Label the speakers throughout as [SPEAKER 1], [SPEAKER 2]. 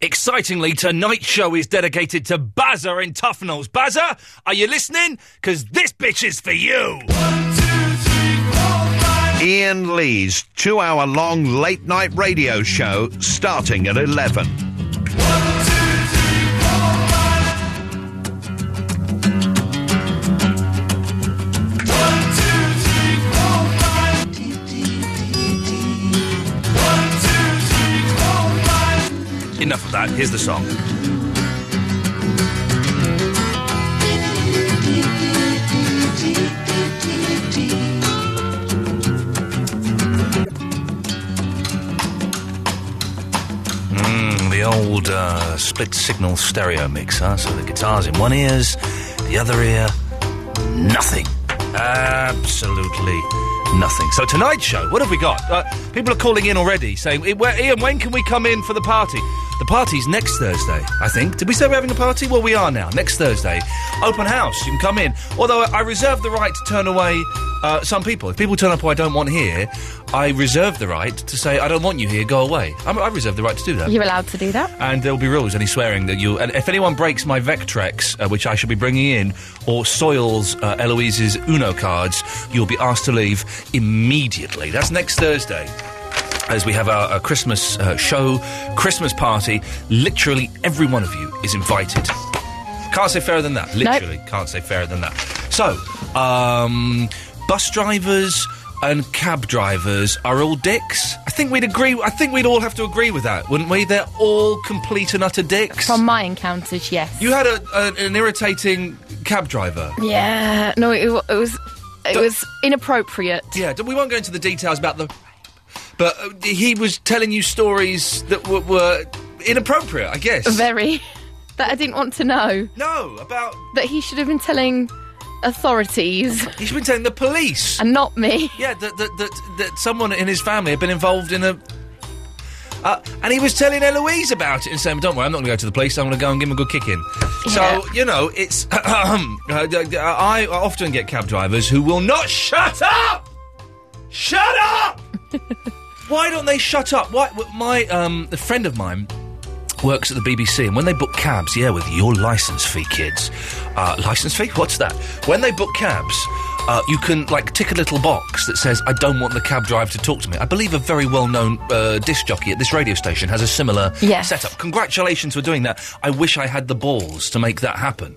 [SPEAKER 1] Excitingly, tonight's show is dedicated to Bazza in Tufnells. Bazza, are you listening? Because this bitch is for you.
[SPEAKER 2] Ian Lee's two hour long late night radio show starting at 11.
[SPEAKER 1] Enough of that. Here's the song. Mm, the old uh, split signal stereo mixer. So the guitar's in one ear's, the other ear, nothing. Absolutely nothing. So tonight's show, what have we got? Uh, people are calling in already saying, "I- where- Ian, when can we come in for the party? The party's next Thursday, I think. Did we say we're having a party? Well, we are now. Next Thursday. Open house. You can come in. Although I I reserve the right to turn away uh, some people. If people turn up who I don't want here, I reserve the right to say, I don't want you here, go away. I'm, I reserve the right to do that
[SPEAKER 3] You're allowed to do that.
[SPEAKER 1] and there'll be rules, any swearing that you. And if anyone breaks my Vectrex, uh, which I should be bringing in, or soils uh, Eloise's Uno cards, you'll be asked to leave immediately. That's next Thursday. As we have our, our Christmas uh, show, Christmas party, literally every one of you is invited. Can't say fairer than that. Literally, can't say fairer than that. So, um, bus drivers and cab drivers are all dicks. I think we'd agree. I think we'd all have to agree with that, wouldn't we? They're all complete and utter dicks.
[SPEAKER 3] From my encounters, yes.
[SPEAKER 1] You had a, a, an irritating cab driver.
[SPEAKER 3] Yeah. No, it, wa- it was it was inappropriate.
[SPEAKER 1] Yeah, d- we won't go into the details about the rape, but uh, he was telling you stories that were, were inappropriate, I guess.
[SPEAKER 3] Very. That I didn't want to know.
[SPEAKER 1] No, about
[SPEAKER 3] that he should have been telling authorities.
[SPEAKER 1] He should have been telling the police.
[SPEAKER 3] And not me.
[SPEAKER 1] Yeah, that, that, that, that someone in his family had been involved in a. Uh, and he was telling Eloise about it and saying, Don't worry, I'm not going to go to the police, I'm going to go and give him a good kick in.
[SPEAKER 4] Yeah.
[SPEAKER 1] So, you know, it's. uh, I often get cab drivers who will not shut up! Shut up! Why don't they shut up? Why, w- my um, a friend of mine works at the BBC, and when they book cabs, yeah, with your license fee, kids. Uh, license fee? What's that? When they book cabs, uh, you can like tick a little box that says, "I don't want the cab driver to talk to me." I believe a very well-known uh, disc jockey at this radio station has a similar
[SPEAKER 5] Yes.
[SPEAKER 1] setup. Congratulations for doing that. I wish I had the balls to make that happen.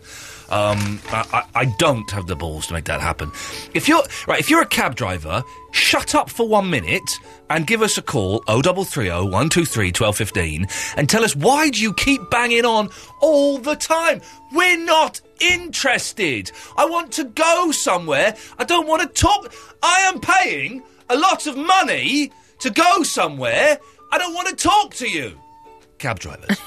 [SPEAKER 1] Um, I, I, I don't have the balls to make that happen. If you're right, if you're a cab driver, shut up for one minute and give us a call 0330 123 1215 and tell us why do you keep banging on all the time? We're not interested. I want to go somewhere. I don't want to talk. I am paying a lot of money to go somewhere. I don't want to talk to you. Cab drivers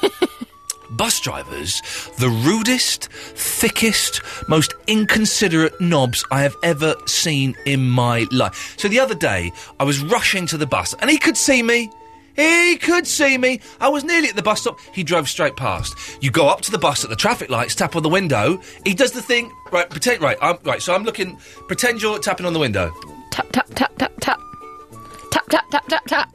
[SPEAKER 1] bus drivers the rudest, thickest, most inconsiderate knobs I have ever seen in my life. So the other day, I was rushing to the bus and he could see me. He could see me. I was nearly at the bus stop. He drove straight past. You go up to the bus at the traffic lights, tap on the window. He does the thing. Right, pretend. Right, I'm, right. So I'm looking. Pretend you're tapping on the window.
[SPEAKER 3] Tap tap tap tap tap. Tap tap tap tap tap.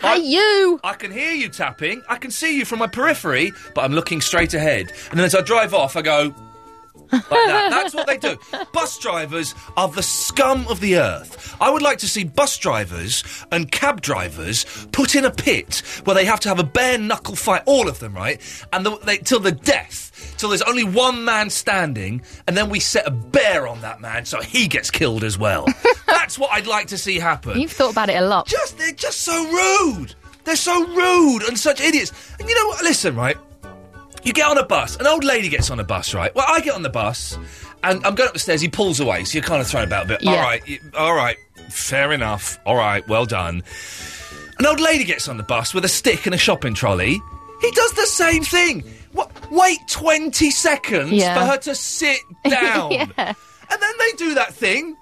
[SPEAKER 3] Hey you!
[SPEAKER 1] I can hear you tapping. I can see you from my periphery, but I'm looking straight ahead. And then as I drive off, I go like that. That's what they do. Bus drivers are the scum of the earth. I would like to see bus drivers and cab drivers put in a pit where they have to have a bare knuckle fight, all of them, right? And the, they, till the death, till there's only one man standing, and then we set a bear on that man so he gets killed as well. That's what I'd like to see happen.
[SPEAKER 3] You've thought about it a lot.
[SPEAKER 1] Just they're just so rude. They're so rude and such idiots. And you know what? Listen, right. You get on a bus. An old lady gets on a bus, right? Well, I get on the bus, and I'm going up the stairs. He pulls away, so you're kind of thrown about a bit. All
[SPEAKER 6] Yeah.
[SPEAKER 1] right, y- all right, fair enough. All right, well done. An old lady gets on the bus with a stick and a shopping trolley. He does the same thing. What? Wait twenty seconds
[SPEAKER 7] Yeah.
[SPEAKER 1] for her to sit down. And then they do that thing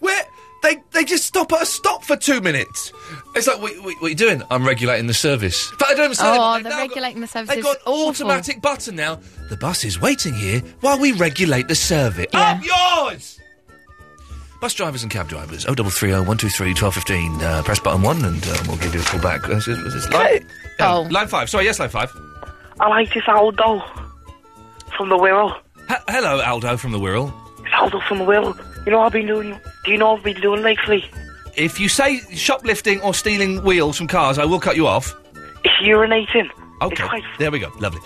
[SPEAKER 1] where they they just stop at a stop for two minutes. It's like, what, what, what are you doing? I'm regulating the service. But I don't understand.
[SPEAKER 3] Oh,
[SPEAKER 1] They've
[SPEAKER 3] the
[SPEAKER 1] now got-
[SPEAKER 3] regulating the services.
[SPEAKER 1] They've got an
[SPEAKER 3] awful.
[SPEAKER 1] automatic button now. The bus is waiting here while we regulate the service. Up yours! Bus drivers and cab drivers, Oh, 0330 123 1215. Uh, press button 1 and uh, we'll give you a call back. Uh, is- is- is- line, oh. line 5. Sorry, yes, line 5.
[SPEAKER 4] I like this Aldo from the Wirral.
[SPEAKER 1] H- hello, Aldo from the Wirral.
[SPEAKER 4] It's Aldo from the Wirral. You know what I've been doing? Do you know what I've been doing lately?
[SPEAKER 1] If you say shoplifting or stealing wheels from cars, I will cut you off.
[SPEAKER 4] It's urinating.
[SPEAKER 1] Okay. There we go. Lovely.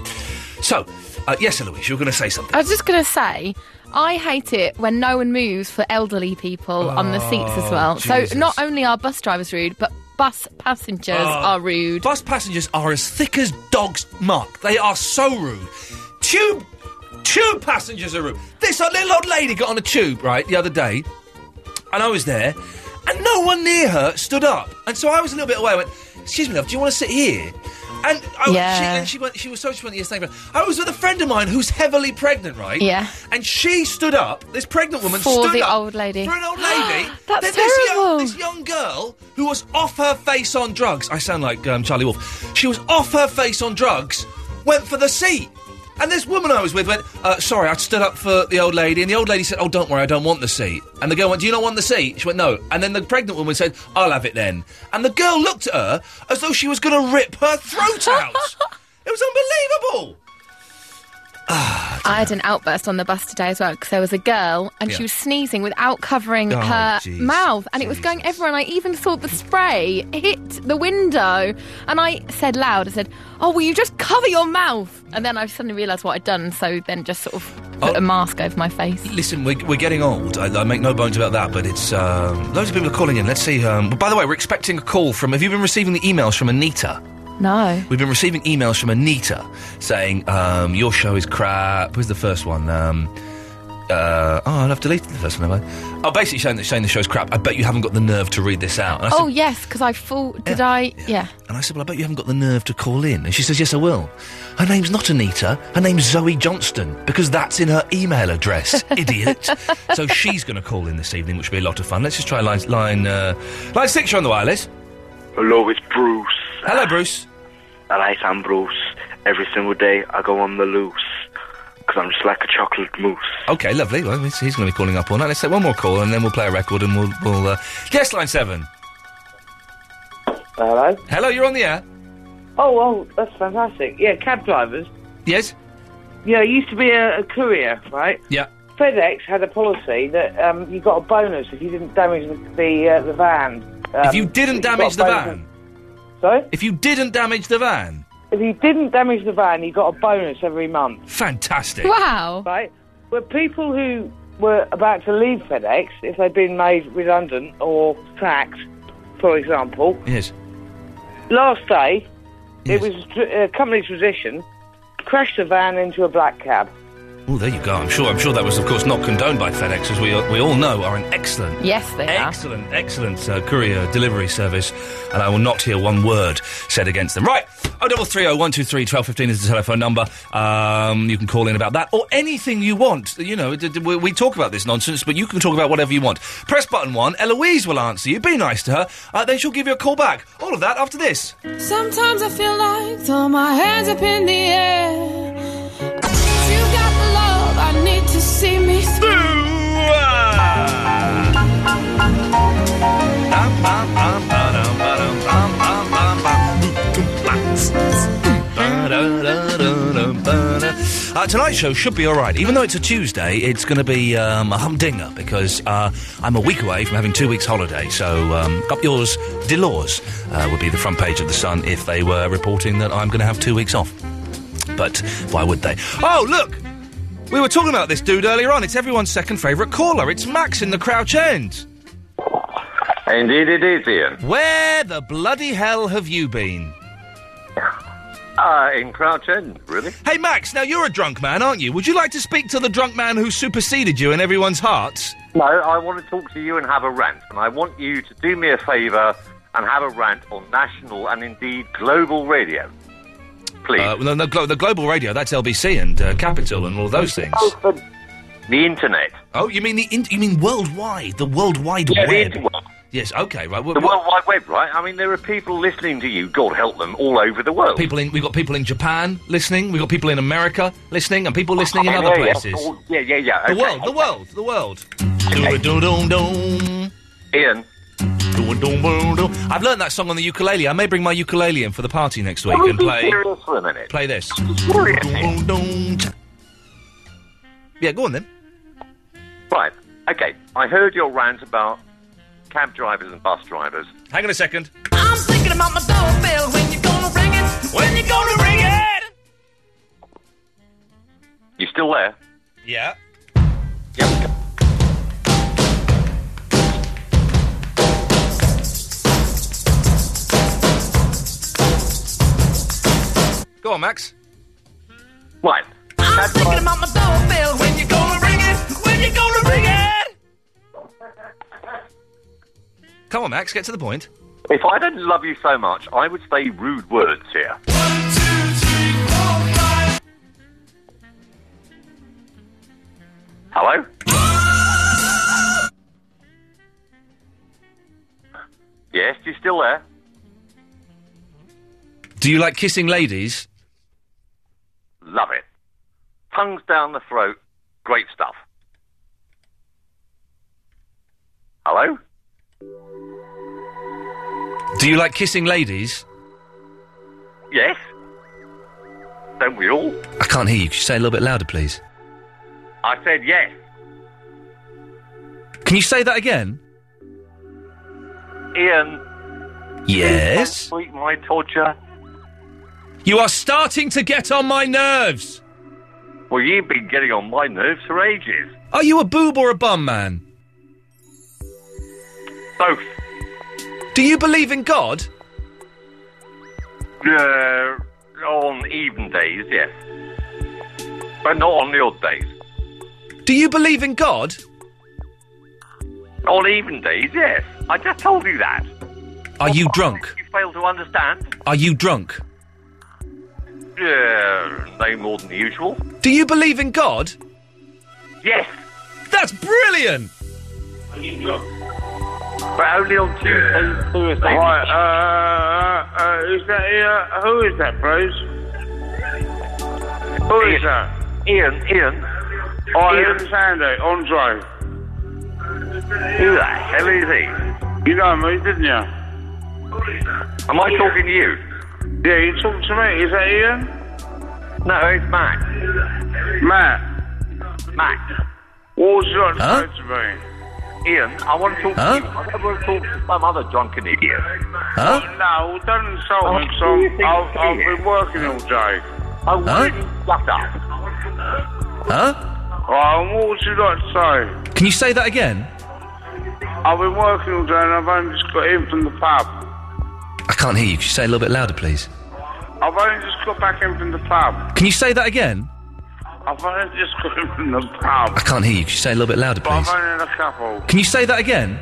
[SPEAKER 1] So, uh, yes, Eloise, you were going to say something.
[SPEAKER 3] I was just going to say, I hate it when no one moves for elderly people on the seats as well.
[SPEAKER 1] Oh, Jesus.
[SPEAKER 3] So not only are bus drivers rude, but bus passengers
[SPEAKER 1] Oh.
[SPEAKER 3] are rude.
[SPEAKER 1] Bus passengers are as thick as dogs' muck. They are so rude. Tube, tube passengers are rude. This little old lady got on a tube right the other day, and I was there, and no one near her stood up, and so I was a little bit away. I went, "Excuse me, love, do you want to sit here?" And I, she,
[SPEAKER 3] Yeah.
[SPEAKER 1] and she went. She was so she went. Yes, thank you. I was with a friend of mine who's heavily pregnant, right?
[SPEAKER 3] Yeah.
[SPEAKER 1] And she stood up. This pregnant woman
[SPEAKER 3] For
[SPEAKER 1] stood
[SPEAKER 3] the
[SPEAKER 1] up
[SPEAKER 3] old lady.
[SPEAKER 1] For an old lady.
[SPEAKER 3] That's
[SPEAKER 1] Then this young-
[SPEAKER 3] terrible.
[SPEAKER 1] this young girl who was off her face on drugs. I sound like um, Charlie Wolf. She was off her face on drugs, went for the seat. And this woman I was with went, uh, Sorry, I stood up for the old lady. And the old lady said, Oh, don't worry, I don't want the seat. And the girl went, Do you not want the seat? She went, No. And then the pregnant woman said, I'll have it then. And the girl looked at her as though she was going to rip her throat out. it was unbelievable.
[SPEAKER 3] I had an outburst on the bus today as well because there was a girl and
[SPEAKER 1] Yeah.
[SPEAKER 3] she was sneezing without covering
[SPEAKER 1] Oh,
[SPEAKER 3] her
[SPEAKER 1] jeez.
[SPEAKER 3] mouth and it was going everywhere. And I even thought the spray hit the window. And I said loud, I said, Oh, will you just cover your mouth? And then I suddenly realised what I'd done. So then just sort of put
[SPEAKER 1] Oh.
[SPEAKER 3] a mask over my face.
[SPEAKER 1] Listen, we're, we're getting old. I, I make no bones about that, but it's. Um, loads of people are calling in. Let's see. Um, by the way, we're expecting a call from. Have you been receiving the emails from Anita?
[SPEAKER 3] No.
[SPEAKER 1] We've been receiving emails from Anita saying, um, Your show is crap. Who's the first one? Um, uh, oh, I've deleted the first one, have I? Oh, basically saying, that, saying the show's crap. I bet you haven't got the nerve to read this out. And I said-
[SPEAKER 3] Oh, yes, because I full. Did I? Yeah.
[SPEAKER 1] and I said, Well, I bet you haven't got the nerve to call in. And she says, Yes, I will. Her name's not Anita. Her name's Zoe Johnston because that's in her email address, idiot. So she's going to call in this evening, which will be a lot of fun. Let's just try line line, uh, line six. You're on the wireless.
[SPEAKER 4] Hello, it's Bruce.
[SPEAKER 1] Hello, Bruce.
[SPEAKER 4] All right, I'm Bruce. Every single day I go on the loose. Because I'm just like a chocolate mousse.
[SPEAKER 1] Okay, lovely. Well, he's going to be calling up all night. Let's take one more call and then we'll play a record and we'll. we'll uh... Yes, line seven.
[SPEAKER 5] Hello.
[SPEAKER 1] Hello, you're on the air.
[SPEAKER 5] Oh well, that's fantastic. Yeah, cab drivers.
[SPEAKER 1] Yes?
[SPEAKER 5] Yeah, I used to be a, a courier, right?
[SPEAKER 1] Yeah.
[SPEAKER 5] FedEx had a policy that um, you got a bonus if you didn't damage the the, uh, the van. Um,
[SPEAKER 1] If you didn't
[SPEAKER 5] got a
[SPEAKER 1] damage the
[SPEAKER 5] bonus-
[SPEAKER 1] van.
[SPEAKER 5] Sorry.
[SPEAKER 1] If you didn't damage the van.
[SPEAKER 5] If you didn't damage the van, you got a bonus every month.
[SPEAKER 1] Fantastic.
[SPEAKER 3] Wow.
[SPEAKER 5] right? Were people who were about to leave FedEx, if they'd been made redundant or sacked, for example,
[SPEAKER 1] Yes.
[SPEAKER 5] last day,
[SPEAKER 1] Yes.
[SPEAKER 5] it was a uh, company tradition, crashed a van into a black cab.
[SPEAKER 1] Oh, there you go. I'm sure. I'm sure that was, of course, not condoned by FedEx, as we we all know are an excellent,
[SPEAKER 3] Yes, they are.
[SPEAKER 1] excellent, excellent uh, courier delivery service, and I will not hear one word said against them. Right. Oh, double three oh one two three twelve fifteen is the telephone number. Um, you can call in about that or anything you want. You know, d- d- we, we talk about this nonsense, but you can talk about whatever you want. Press button one. Eloise will answer you. Be nice to her. Uh, then she'll give you a call back. All of that after this.
[SPEAKER 6] Sometimes I feel like throw my hands up in the air. If you got the love, I need to see me through.
[SPEAKER 1] Uh, tonight's show should be all right. Even though it's a Tuesday, it's going to be um, a humdinger because uh, I'm a week away from having two weeks' holiday. So, um, up yours, Delors, uh, would be the front page of the Sun if they were reporting that I'm going to have two weeks off. But why would they? Oh, look! We were talking about this dude earlier on. It's everyone's second favourite caller. It's Max in the Crouch End.
[SPEAKER 7] Indeed, it is, Ian.
[SPEAKER 1] Where the bloody hell have you been?
[SPEAKER 7] Uh, in Crouch End, really?
[SPEAKER 1] Hey, Max, now you're a drunk man, aren't you? Would you like to speak to the drunk man who superseded you in everyone's hearts?
[SPEAKER 7] No, I want to talk to you and have a rant. And I want you to do me a favour and have a rant on national and indeed global radio. Please.
[SPEAKER 1] Uh, no, no, Glo- the Global Radio, that's LBC and uh, Capital and all of those things.
[SPEAKER 5] Oh, for
[SPEAKER 7] the internet.
[SPEAKER 1] Oh, you mean the in- you mean worldwide, the World Wide
[SPEAKER 7] Yeah, the
[SPEAKER 1] Web?
[SPEAKER 7] internet.
[SPEAKER 1] Yes, okay, right. well,
[SPEAKER 7] The
[SPEAKER 1] well,
[SPEAKER 7] World Wide Web, right? I mean, there are people listening to you, God help them, all over the world.
[SPEAKER 1] People in, we've got people in Japan listening, we've got people in America listening, and people listening in
[SPEAKER 7] Yeah,
[SPEAKER 1] other
[SPEAKER 7] yeah,
[SPEAKER 1] places.
[SPEAKER 7] all- Yeah, yeah, yeah.
[SPEAKER 1] The
[SPEAKER 7] okay.
[SPEAKER 1] world, the world, the world. Do-a-do-dum-dum.
[SPEAKER 7] Ian,
[SPEAKER 1] The I've learned that song on the ukulele. I may bring my ukulele in for the party next week
[SPEAKER 7] Can we
[SPEAKER 1] and
[SPEAKER 7] be
[SPEAKER 1] play
[SPEAKER 7] serious for a minute?
[SPEAKER 1] play this.
[SPEAKER 7] Serious here.
[SPEAKER 1] Yeah, go on then.
[SPEAKER 7] Right. Okay. I heard your rant about cab drivers and bus drivers.
[SPEAKER 1] Hang on a second.
[SPEAKER 8] I'm thinking about my doorbell when you gonna ring it. When you gonna ring it?
[SPEAKER 7] You still there?
[SPEAKER 1] Yeah.
[SPEAKER 7] Yep.
[SPEAKER 1] Go on, Max.
[SPEAKER 7] Right.
[SPEAKER 8] I'm thinking about my doorbell when you gonna ring it. When you gonna ring it?
[SPEAKER 1] Come on, Max. Get to the point.
[SPEAKER 7] If I didn't love you so much, I would say rude words here. Hello? Yes, you still there?
[SPEAKER 1] Do you like kissing ladies?
[SPEAKER 7] Love it. Tongues down the throat. Great stuff. Hello?
[SPEAKER 1] Do you like kissing ladies?
[SPEAKER 7] Yes? Don't we all?
[SPEAKER 1] I can't hear you. Could you say it a little bit louder, please?
[SPEAKER 7] I said yes.
[SPEAKER 1] Can you say that again?
[SPEAKER 7] Ian,
[SPEAKER 1] Yes.
[SPEAKER 7] sweet my torture.
[SPEAKER 1] You are starting to get on my nerves.
[SPEAKER 7] Well, you've been getting on my nerves for ages.
[SPEAKER 1] Are you a boob or a bum man?
[SPEAKER 7] Both.
[SPEAKER 1] Do you believe in God?
[SPEAKER 7] Uh, on even days, yes. But not on the odd days.
[SPEAKER 1] Do you believe in God?
[SPEAKER 7] On even days, yes. I just told you that.
[SPEAKER 1] Are you drunk?
[SPEAKER 7] You fail to understand?
[SPEAKER 1] Are you drunk?
[SPEAKER 7] Uh, no more than usual.
[SPEAKER 1] Do you believe in God?
[SPEAKER 7] Yes,
[SPEAKER 1] That's brilliant!
[SPEAKER 7] but only on Tuesdays, Thursdays.
[SPEAKER 9] Right, uh, uh, uh, who's that here? Who is that, Bruce? Who is that?
[SPEAKER 7] Ian, Ian.
[SPEAKER 9] Oh,
[SPEAKER 7] Ian.
[SPEAKER 9] Ian Sandy, Andre.
[SPEAKER 7] Who the hell is he?
[SPEAKER 9] You know me, didn't you?
[SPEAKER 7] Am I talking to you?
[SPEAKER 9] Yeah, you talked to me. Is that Ian?
[SPEAKER 7] No, it's Matt.
[SPEAKER 9] Matt,
[SPEAKER 7] Matt.
[SPEAKER 9] what would you like to
[SPEAKER 1] Huh?
[SPEAKER 9] say to me?
[SPEAKER 7] Ian, I want to talk
[SPEAKER 1] Huh?
[SPEAKER 7] to you. I don't want to talk to some other drunken idiot.
[SPEAKER 1] Huh?
[SPEAKER 9] No, don't insult me,
[SPEAKER 7] Oh, you
[SPEAKER 9] 'cause
[SPEAKER 7] think
[SPEAKER 9] I've,
[SPEAKER 7] it's
[SPEAKER 9] I've
[SPEAKER 7] Ian?
[SPEAKER 9] been working all day.
[SPEAKER 7] I will
[SPEAKER 1] Huh?
[SPEAKER 7] really shut up.
[SPEAKER 1] Huh?
[SPEAKER 9] Right, and what would you like to say?
[SPEAKER 1] Can you say that again?
[SPEAKER 9] I've been working all day and I've only just got in from the pub.
[SPEAKER 1] I can't hear you. Could you say it a little bit louder, please?
[SPEAKER 9] I've only just got back in from the pub.
[SPEAKER 1] Can you say that again?
[SPEAKER 9] I've only just got in from the
[SPEAKER 1] I
[SPEAKER 9] pub.
[SPEAKER 1] can't hear you. Could you say it a little bit louder,
[SPEAKER 9] But I've
[SPEAKER 1] please?
[SPEAKER 9] only had a couple.
[SPEAKER 1] Can you say that again?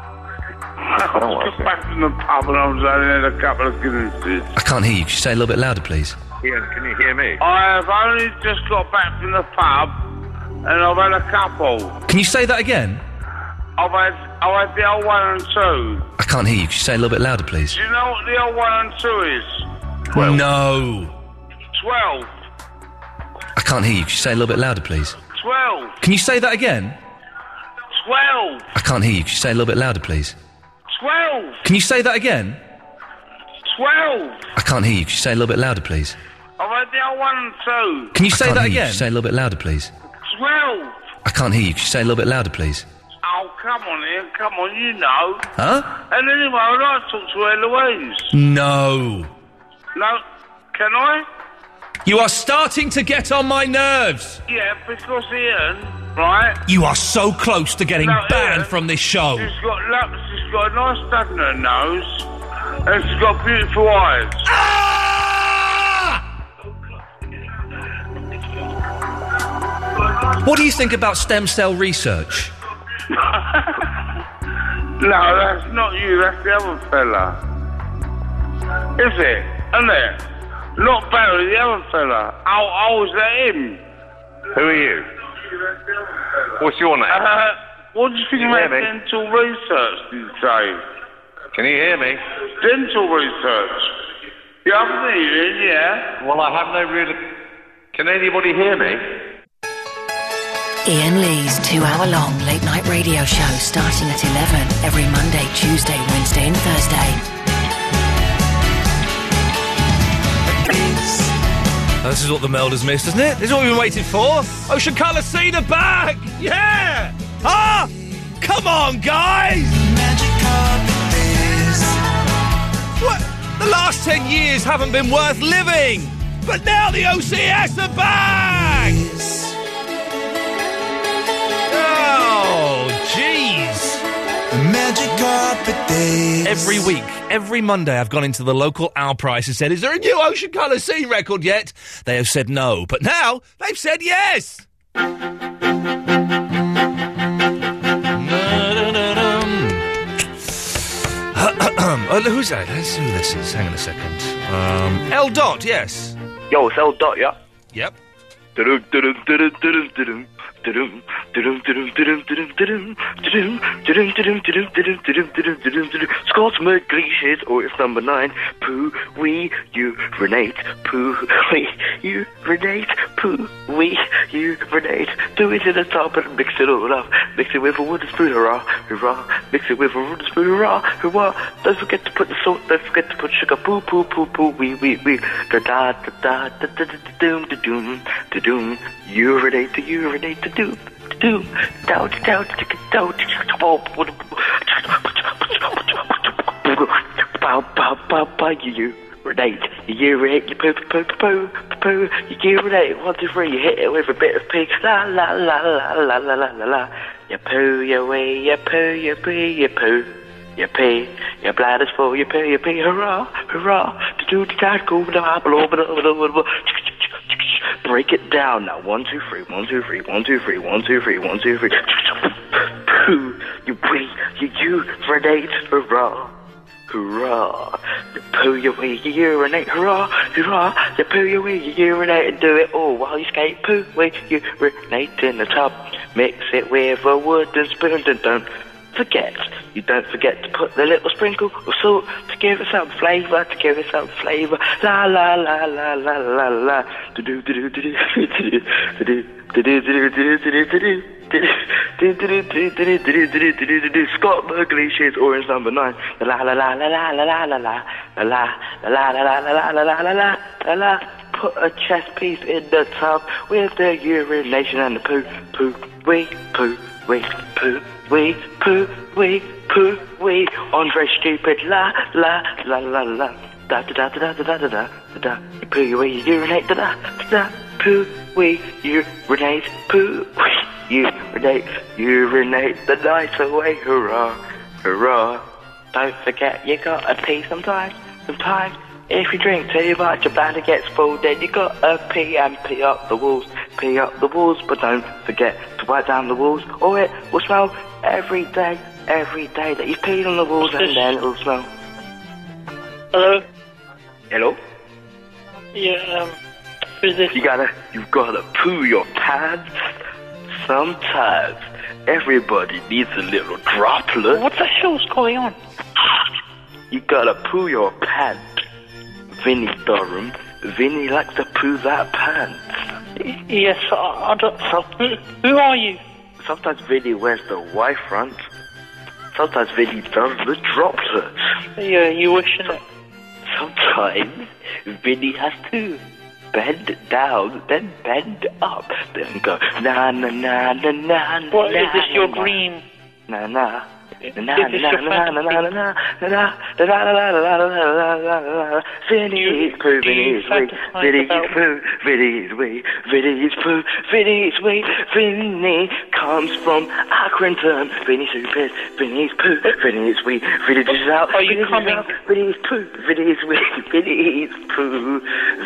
[SPEAKER 9] I was just back from the pub and I was only had a couple of Guinnesses.
[SPEAKER 1] I can't hear you. Could you say it a little bit louder, please?
[SPEAKER 7] Ian, can you hear me?
[SPEAKER 9] I have only just got back from the pub and I've had a couple.
[SPEAKER 1] Can you say that again?
[SPEAKER 9] I've had, I've had the old one and two.
[SPEAKER 1] I can't hear you. Could you say it a little bit louder, please?
[SPEAKER 9] Do you know what the old one and two is?
[SPEAKER 1] No.
[SPEAKER 9] Twelve.
[SPEAKER 1] I can't hear you. Could you say it a little bit louder, please?
[SPEAKER 9] Twelve.
[SPEAKER 1] Can you say that again?
[SPEAKER 9] Twelve.
[SPEAKER 1] I can't hear you. Could you say it a little bit louder, please?
[SPEAKER 9] Twelve.
[SPEAKER 1] Can you say that again?
[SPEAKER 9] Twelve.
[SPEAKER 1] I can't hear you. Could you say it a little bit louder, please?
[SPEAKER 9] I've had the old one and two.
[SPEAKER 1] Can you say
[SPEAKER 10] can't
[SPEAKER 1] that
[SPEAKER 10] hear you.
[SPEAKER 1] again?
[SPEAKER 10] Could you say it a little bit louder, please?
[SPEAKER 9] Twelve.
[SPEAKER 10] I can't hear you. Could you say it a little bit louder, please?
[SPEAKER 9] Oh, come on Ian, come on, you know.
[SPEAKER 10] Huh?
[SPEAKER 9] And anyway, I'd like to talk to Eloise.
[SPEAKER 1] No.
[SPEAKER 9] No, can I?
[SPEAKER 1] You are starting to get on my nerves.
[SPEAKER 9] Yeah, because Ian, right,
[SPEAKER 1] You are so close to getting
[SPEAKER 9] No,
[SPEAKER 1] banned
[SPEAKER 9] Ian.
[SPEAKER 1] from this show.
[SPEAKER 9] She's got lumps, she's got a nice stud in her nose, and she's got beautiful eyes.
[SPEAKER 1] Ah! What do you think about stem cell research?
[SPEAKER 9] No, that's not you, that's the other fella. Is it? Isn't it? Not Barry, the other fella. Oh, oh, is that him?
[SPEAKER 7] Who are you? What's your name?
[SPEAKER 9] Uh, what do you think
[SPEAKER 7] You
[SPEAKER 9] about
[SPEAKER 7] hear me?
[SPEAKER 9] dental research, did you say?
[SPEAKER 7] Can you hear me?
[SPEAKER 9] Dental research? Yeah, I'm hearing, yeah.
[SPEAKER 7] Well, I have no real. Can anybody hear me?
[SPEAKER 11] Ian Lee's two hour long late night radio show starting at 11 every Monday, Tuesday, Wednesday, and Thursday.
[SPEAKER 1] Now, this is what the Melders missed, isn't it? This is what we've been waiting for. Oh, Ocean Colour Cedar back! Yeah! Ah! Come on, guys! What? The last ten years haven't been worth living! But now the OCS are back! Oh, jeez! Magic Carpet Days. Every week, every Monday, I've gone into the local owl price and said, Is there a new Ocean Colour Sea record yet? They have said no, but now they've said yes! Uh, who's that? Let's see who this is. Hang on a second. Um, L. Dot, yes.
[SPEAKER 4] Yo, it's L Dot, yeah?
[SPEAKER 1] Yep.
[SPEAKER 4] Du-dum, du-dum, du-dum, du-dum, du-dum. Du-dum, du-dum, du-dum, du-dum, du-dum, du-dum. Du-dum, du-dum, du-dum, du-dum, du-dum, du-dum, du-dum, du-dum, du-dum. Scott's McLeish or it's number nine. Poo wee you renate. Poo wee you renate. Poo wee you renate. Do it to the top and mix it all up. Mix it with a wooden spoon, hurrah, hurrah. Mix it with a wooden spoon, hurrah, hurrah. Don't forget to put the salt. Don't forget to put sugar. Poo poo poo poo wee wee wee. Da da da da da da da doom da doom da doom. Urinate to urinate to doom to doom. Down to down to down to Bow, bow, bow, bow, you, you, urinate, you urinate, you poo, poo, poo, poo, poo, you urinate, one, two, three, you hit it with a bit of pee, la, la, la, la, la, la, la, la, la, you poo, you wee, you poo, you pee, you poo, you pee, your bladder's full, you poo, you pee, hurrah, hurrah, to do the tag, go, blah, blah, blah, blah, blah, blah, break it down now, one, two, three, one, two, three, one, two, three, one, two, three, one, two, three, poo, you wee, you urinate, hurrah. Hurrah! You poo your wee, you urinate. Hurrah! Hurrah! You poo your wee, you urinate and do it all while you skate. Poo wee, you urinate in the tub. Mix it with a wooden spoon and don't forget. You don't forget to put the little sprinkle of salt to give it some flavour. To give it some flavour. La la la la la la la. Do do do do do do do do do do do do do do do do. Scott Berkeley shares orange number nine. La la la la la la la la la la la la la la la la la la la la la. Put a chess piece in the tub with the urination and the poo poo wee poo wee poo wee poo wee poo wee. Andre stupid la la la la la. Da da da da da da da da da. Poo wee urinate da da da. Poo wee urinate poo wee urinate, urinate the night away, hurrah, hurrah. Don't forget you gotta pee sometimes, sometimes. If you drink too much, your bladder gets full, then you gotta pee and pee up the walls, pee up the walls, but don't forget to wipe down the walls, or it will smell every day, every day that you peed on the walls, and then it'll smell.
[SPEAKER 12] Hello?
[SPEAKER 4] Hello?
[SPEAKER 12] Yeah, um,
[SPEAKER 4] You gotta, you gotta poo your pants. Sometimes everybody needs a little droplet.
[SPEAKER 12] what the hell's going on?
[SPEAKER 4] You gotta poo your pants. Vinny Durham. Vinny likes to poo that pants.
[SPEAKER 12] Y- Yes, I, I don't... Who, who are you?
[SPEAKER 4] Sometimes Vinny wears the Y front. Sometimes Vinny does the droplets.
[SPEAKER 12] Yeah, you wishing it.
[SPEAKER 4] Sometimes Vinny has to bend down, then bend up, then go na na na na na na.
[SPEAKER 12] What, is this
[SPEAKER 4] na,
[SPEAKER 12] your
[SPEAKER 4] na,
[SPEAKER 12] dream?
[SPEAKER 4] Na na. Na na
[SPEAKER 12] Is this
[SPEAKER 4] na
[SPEAKER 12] your
[SPEAKER 4] na na na na na na na na na na na na na na na. Vinny is poo, Vinny is wee, Vinny is poo, Vinny is wee, Vinny is poo, Vinny is wee. Vinny comes from Accrington. Vinny's stupid, Vinny is poo, Vinny is wee, Vinny is out.
[SPEAKER 12] Are you
[SPEAKER 4] Vinny is
[SPEAKER 12] coming?
[SPEAKER 4] out, Vinny is poo, Vinny is wee, Vinny is poo,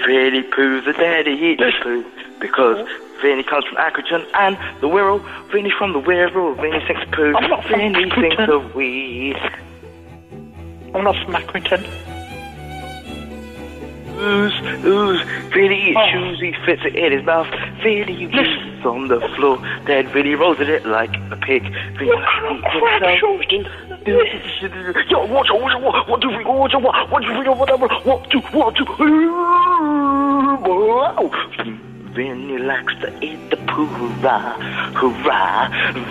[SPEAKER 4] Vinny poo's the daddy, he is poo. Because Vinny comes from Accrington and the Wirral, Vinny's from the Wirral, Vinny thinks poo,
[SPEAKER 12] I'm not from
[SPEAKER 4] Vinny thinks
[SPEAKER 12] Accrington.
[SPEAKER 4] of wee.
[SPEAKER 12] I'm not from Accrington.
[SPEAKER 4] Ooze, ooze, Vinny
[SPEAKER 12] Oh.
[SPEAKER 4] eats shoes, he fits it in his mouth. Vinny leaves on the floor, then Vinny rolls in it like a pig. Vinny eats himself. Yo, watch out, watch out, watch out, what do we, watch out, what what do we, whatever, what do, what do, wow. Vinny likes to eat the poo, hurrah, hurrah.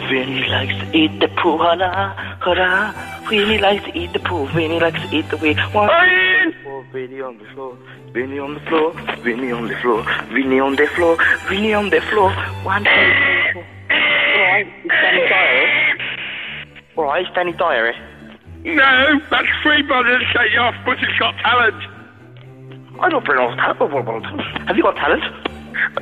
[SPEAKER 4] Vinny likes to eat the poo, hurrah, hurrah. Vinny likes to eat the poo, Vinny likes to eat the wee. One, two, three, four, Vinny on the floor, Vinny on the floor, Vinny on the floor, Vinny on the floor, Vinny on the floor. One, two, three, four. Right, it's Danny Dyer. All right, it's Danny Dyer. eh?
[SPEAKER 8] No, that's free brothers say off British Got Talent.
[SPEAKER 4] I don't pronounce talent. Have you got talent?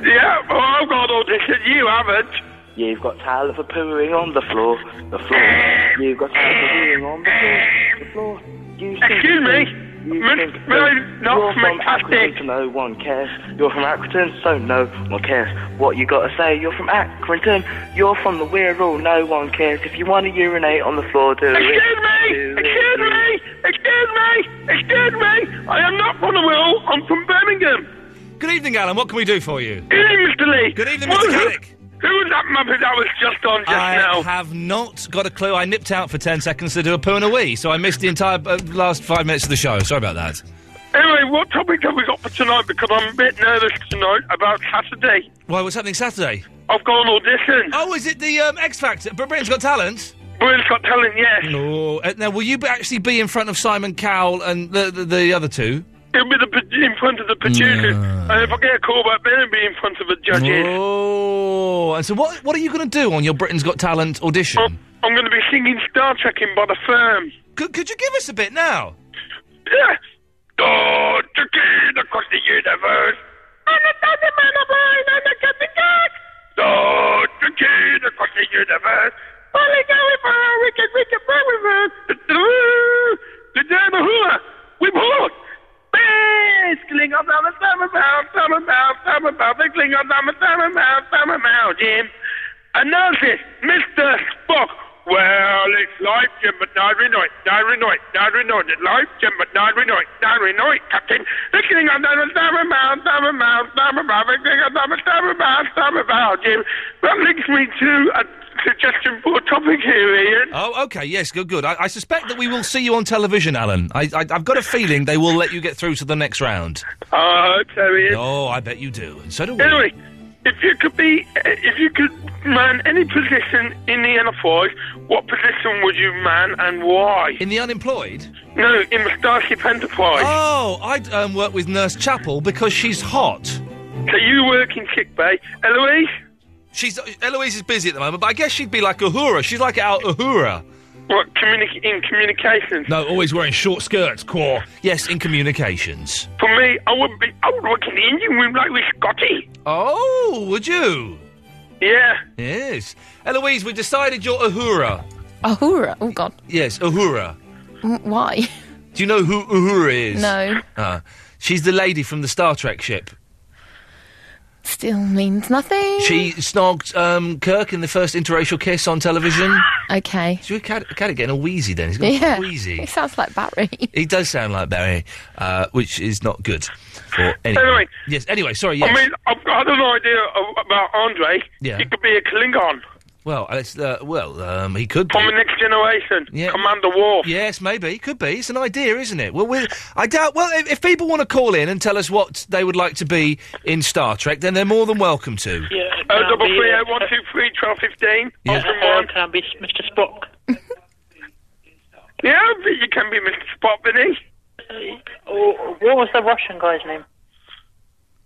[SPEAKER 8] Yeah, well, I've got an audition, you haven't.
[SPEAKER 4] You've got talent for pooing on the floor, the floor. You've got talent for pooing on the floor, the floor. You
[SPEAKER 8] Excuse me? Miss- Miss- not
[SPEAKER 4] You're from
[SPEAKER 8] fantastic.
[SPEAKER 4] Accrington, so no one cares. You're from Accrington, so no one cares. What you gotta say? You're from Accrington. You're from the Wirral, no one cares. If you wanna urinate on the floor, do it.
[SPEAKER 8] Excuse me! Excuse me! Excuse me! Excuse me! I am not from the Will, I'm from Birmingham.
[SPEAKER 1] Good evening, Alan. What can we do for you?
[SPEAKER 8] Good evening, Mr. Lee.
[SPEAKER 1] Good evening,
[SPEAKER 8] Well,
[SPEAKER 1] Mr.
[SPEAKER 8] who-
[SPEAKER 1] Caddick.
[SPEAKER 8] Who was that muppet that was just on just
[SPEAKER 1] I
[SPEAKER 8] now?
[SPEAKER 1] have not got a clue. I nipped out for 10 seconds to do a poo and a wee, so I missed the entire uh, last five minutes of the show. Sorry about that.
[SPEAKER 8] Anyway, what topic have we got for tonight? Because I'm a bit nervous tonight about Saturday.
[SPEAKER 1] Why, what's happening Saturday?
[SPEAKER 8] I've got an audition.
[SPEAKER 1] Oh, is it the um, X Factor? But Britain's Got Talent?
[SPEAKER 8] Britain's Got Talent, yes.
[SPEAKER 1] No. Uh, now, will you be- actually be in front of Simon Cowell and the, the, the other two?
[SPEAKER 8] It'll be the, pro- in front of the producers. And if I get a call back, then it'll be in front of the judges.
[SPEAKER 1] Oh, and so what, what are you going to do on your Britain's Got Talent audition?
[SPEAKER 8] I'm going to be singing Star Trek in by the firm.
[SPEAKER 1] Could, could you give us a bit now?
[SPEAKER 8] Yeah. Star Trek in Oh, across the universe. Star Trek in across Oh, the universe. Only going for a wicked, wicked, wicked, The damn hula. We pulled. Kling on down the summer mound, summer mound, summer mound. They kling on down the summer mound, summer mound, Jim. Analysis, Mr. Spock. Well, it's life, Jim, but diary night, diary night, diary night. It's life, Jim, but diary night, diary night, Captain. The king of the summer mound, summer mound, summer mound, the king of the summer mound, summer mound, Jim. That links me to a suggestion for a topic here, Ian.
[SPEAKER 1] Oh, okay, yes, good, good. I, I suspect that we will see you on television, Alan. I, I, I've got a feeling they will let you get through to the next round.
[SPEAKER 8] I hope so, Ian.
[SPEAKER 1] Oh, I bet you do. And so do we.
[SPEAKER 8] Anyway, if you could be, eh, if you could man any position in the unemployed, what position would you man and why?
[SPEAKER 1] In the unemployed?
[SPEAKER 8] No, in the Starship Enterprise.
[SPEAKER 1] Oh, I'd um, work with Nurse Chapel because she's hot.
[SPEAKER 8] So you work in Chick Bay. Eloise?
[SPEAKER 1] She's, Eloise is busy at the moment, but I guess she'd be like Uhura. She's like our Uhura.
[SPEAKER 8] What, communi- in communications?
[SPEAKER 1] No, always wearing short skirts, core. Yes, in communications.
[SPEAKER 8] For me, I would be, I would work in the engine room like with Scotty.
[SPEAKER 1] Oh, would you?
[SPEAKER 8] Yeah.
[SPEAKER 1] Yes. Eloise, we've decided you're Uhura.
[SPEAKER 3] Ahura. Oh God.
[SPEAKER 1] Yes, Uhura.
[SPEAKER 3] Mm, Why?
[SPEAKER 1] Do you know who Uhura is?
[SPEAKER 3] No.
[SPEAKER 1] Ah, she's the lady from the Star Trek ship.
[SPEAKER 3] Still means nothing.
[SPEAKER 1] She snogged um, Kirk in the first interracial kiss on television.
[SPEAKER 3] Okay.
[SPEAKER 1] Should we cat, cat getting a wheezy then? He's got
[SPEAKER 3] Yeah.
[SPEAKER 1] wheezy.
[SPEAKER 3] It sounds like Barry.
[SPEAKER 1] He does sound like Barry, uh, which is not good for anyone.
[SPEAKER 8] Anyway.
[SPEAKER 1] Yes, anyway, sorry, yes.
[SPEAKER 8] I mean, I've got an idea of, about Andre.
[SPEAKER 1] Yeah.
[SPEAKER 8] He could be a Klingon
[SPEAKER 1] well, it's, uh, well, um, he could
[SPEAKER 8] from
[SPEAKER 1] be.
[SPEAKER 8] the next generation.
[SPEAKER 1] Yeah.
[SPEAKER 8] Commander Worf.
[SPEAKER 1] Yes, maybe. Could be. It's an idea, isn't it? Well, we I doubt. Well, if, if people want to call in and tell us what they would like to be in Star Trek, then they're more than welcome to.
[SPEAKER 13] Yeah. uh,
[SPEAKER 8] Oh, double three, oh, one, two, three, twelve, fifteen.
[SPEAKER 1] Yeah.
[SPEAKER 8] Or can I be Mr. Spock? yeah, I think you can be Mr. Spock, Vinny.
[SPEAKER 13] Oh, what was the Russian guy's name?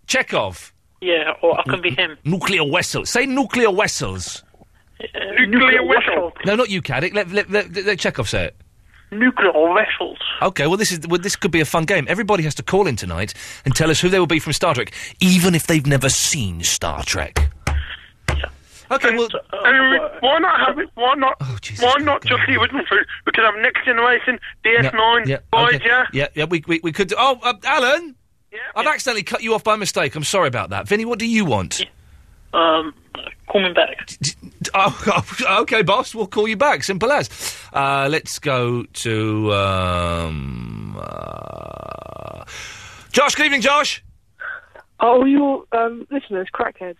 [SPEAKER 1] Chekhov.
[SPEAKER 13] Yeah, or I can be him.
[SPEAKER 1] Nuclear vessels. Say nuclear vessels.
[SPEAKER 13] Uh,
[SPEAKER 8] nuclear
[SPEAKER 13] vessels.
[SPEAKER 1] No, not you, Caddick. Let, let, let, let, let Chekhov say it.
[SPEAKER 13] Nuclear vessels.
[SPEAKER 1] Okay, well this is well, this could be a fun game. Everybody has to call in tonight and tell us who they will be from Star Trek, even if they've never seen Star Trek. Okay, well,
[SPEAKER 13] uh,
[SPEAKER 1] Oh,
[SPEAKER 8] Anyway, why not have it? Why not? why not just the original food? We could have next generation DS9
[SPEAKER 1] yeah, okay.
[SPEAKER 8] Voyager.
[SPEAKER 1] yeah, yeah. We, we, we could. Do, oh, uh, Alan, I've accidentally cut you off by mistake. I'm sorry about that, Vinny. What do you want?
[SPEAKER 13] Um, call me back.
[SPEAKER 1] Oh, okay, boss. We'll call you back. Simple as. Uh, let's go to um, uh, Josh. Good evening, Josh.
[SPEAKER 14] Oh, your um, listeners, crackheads.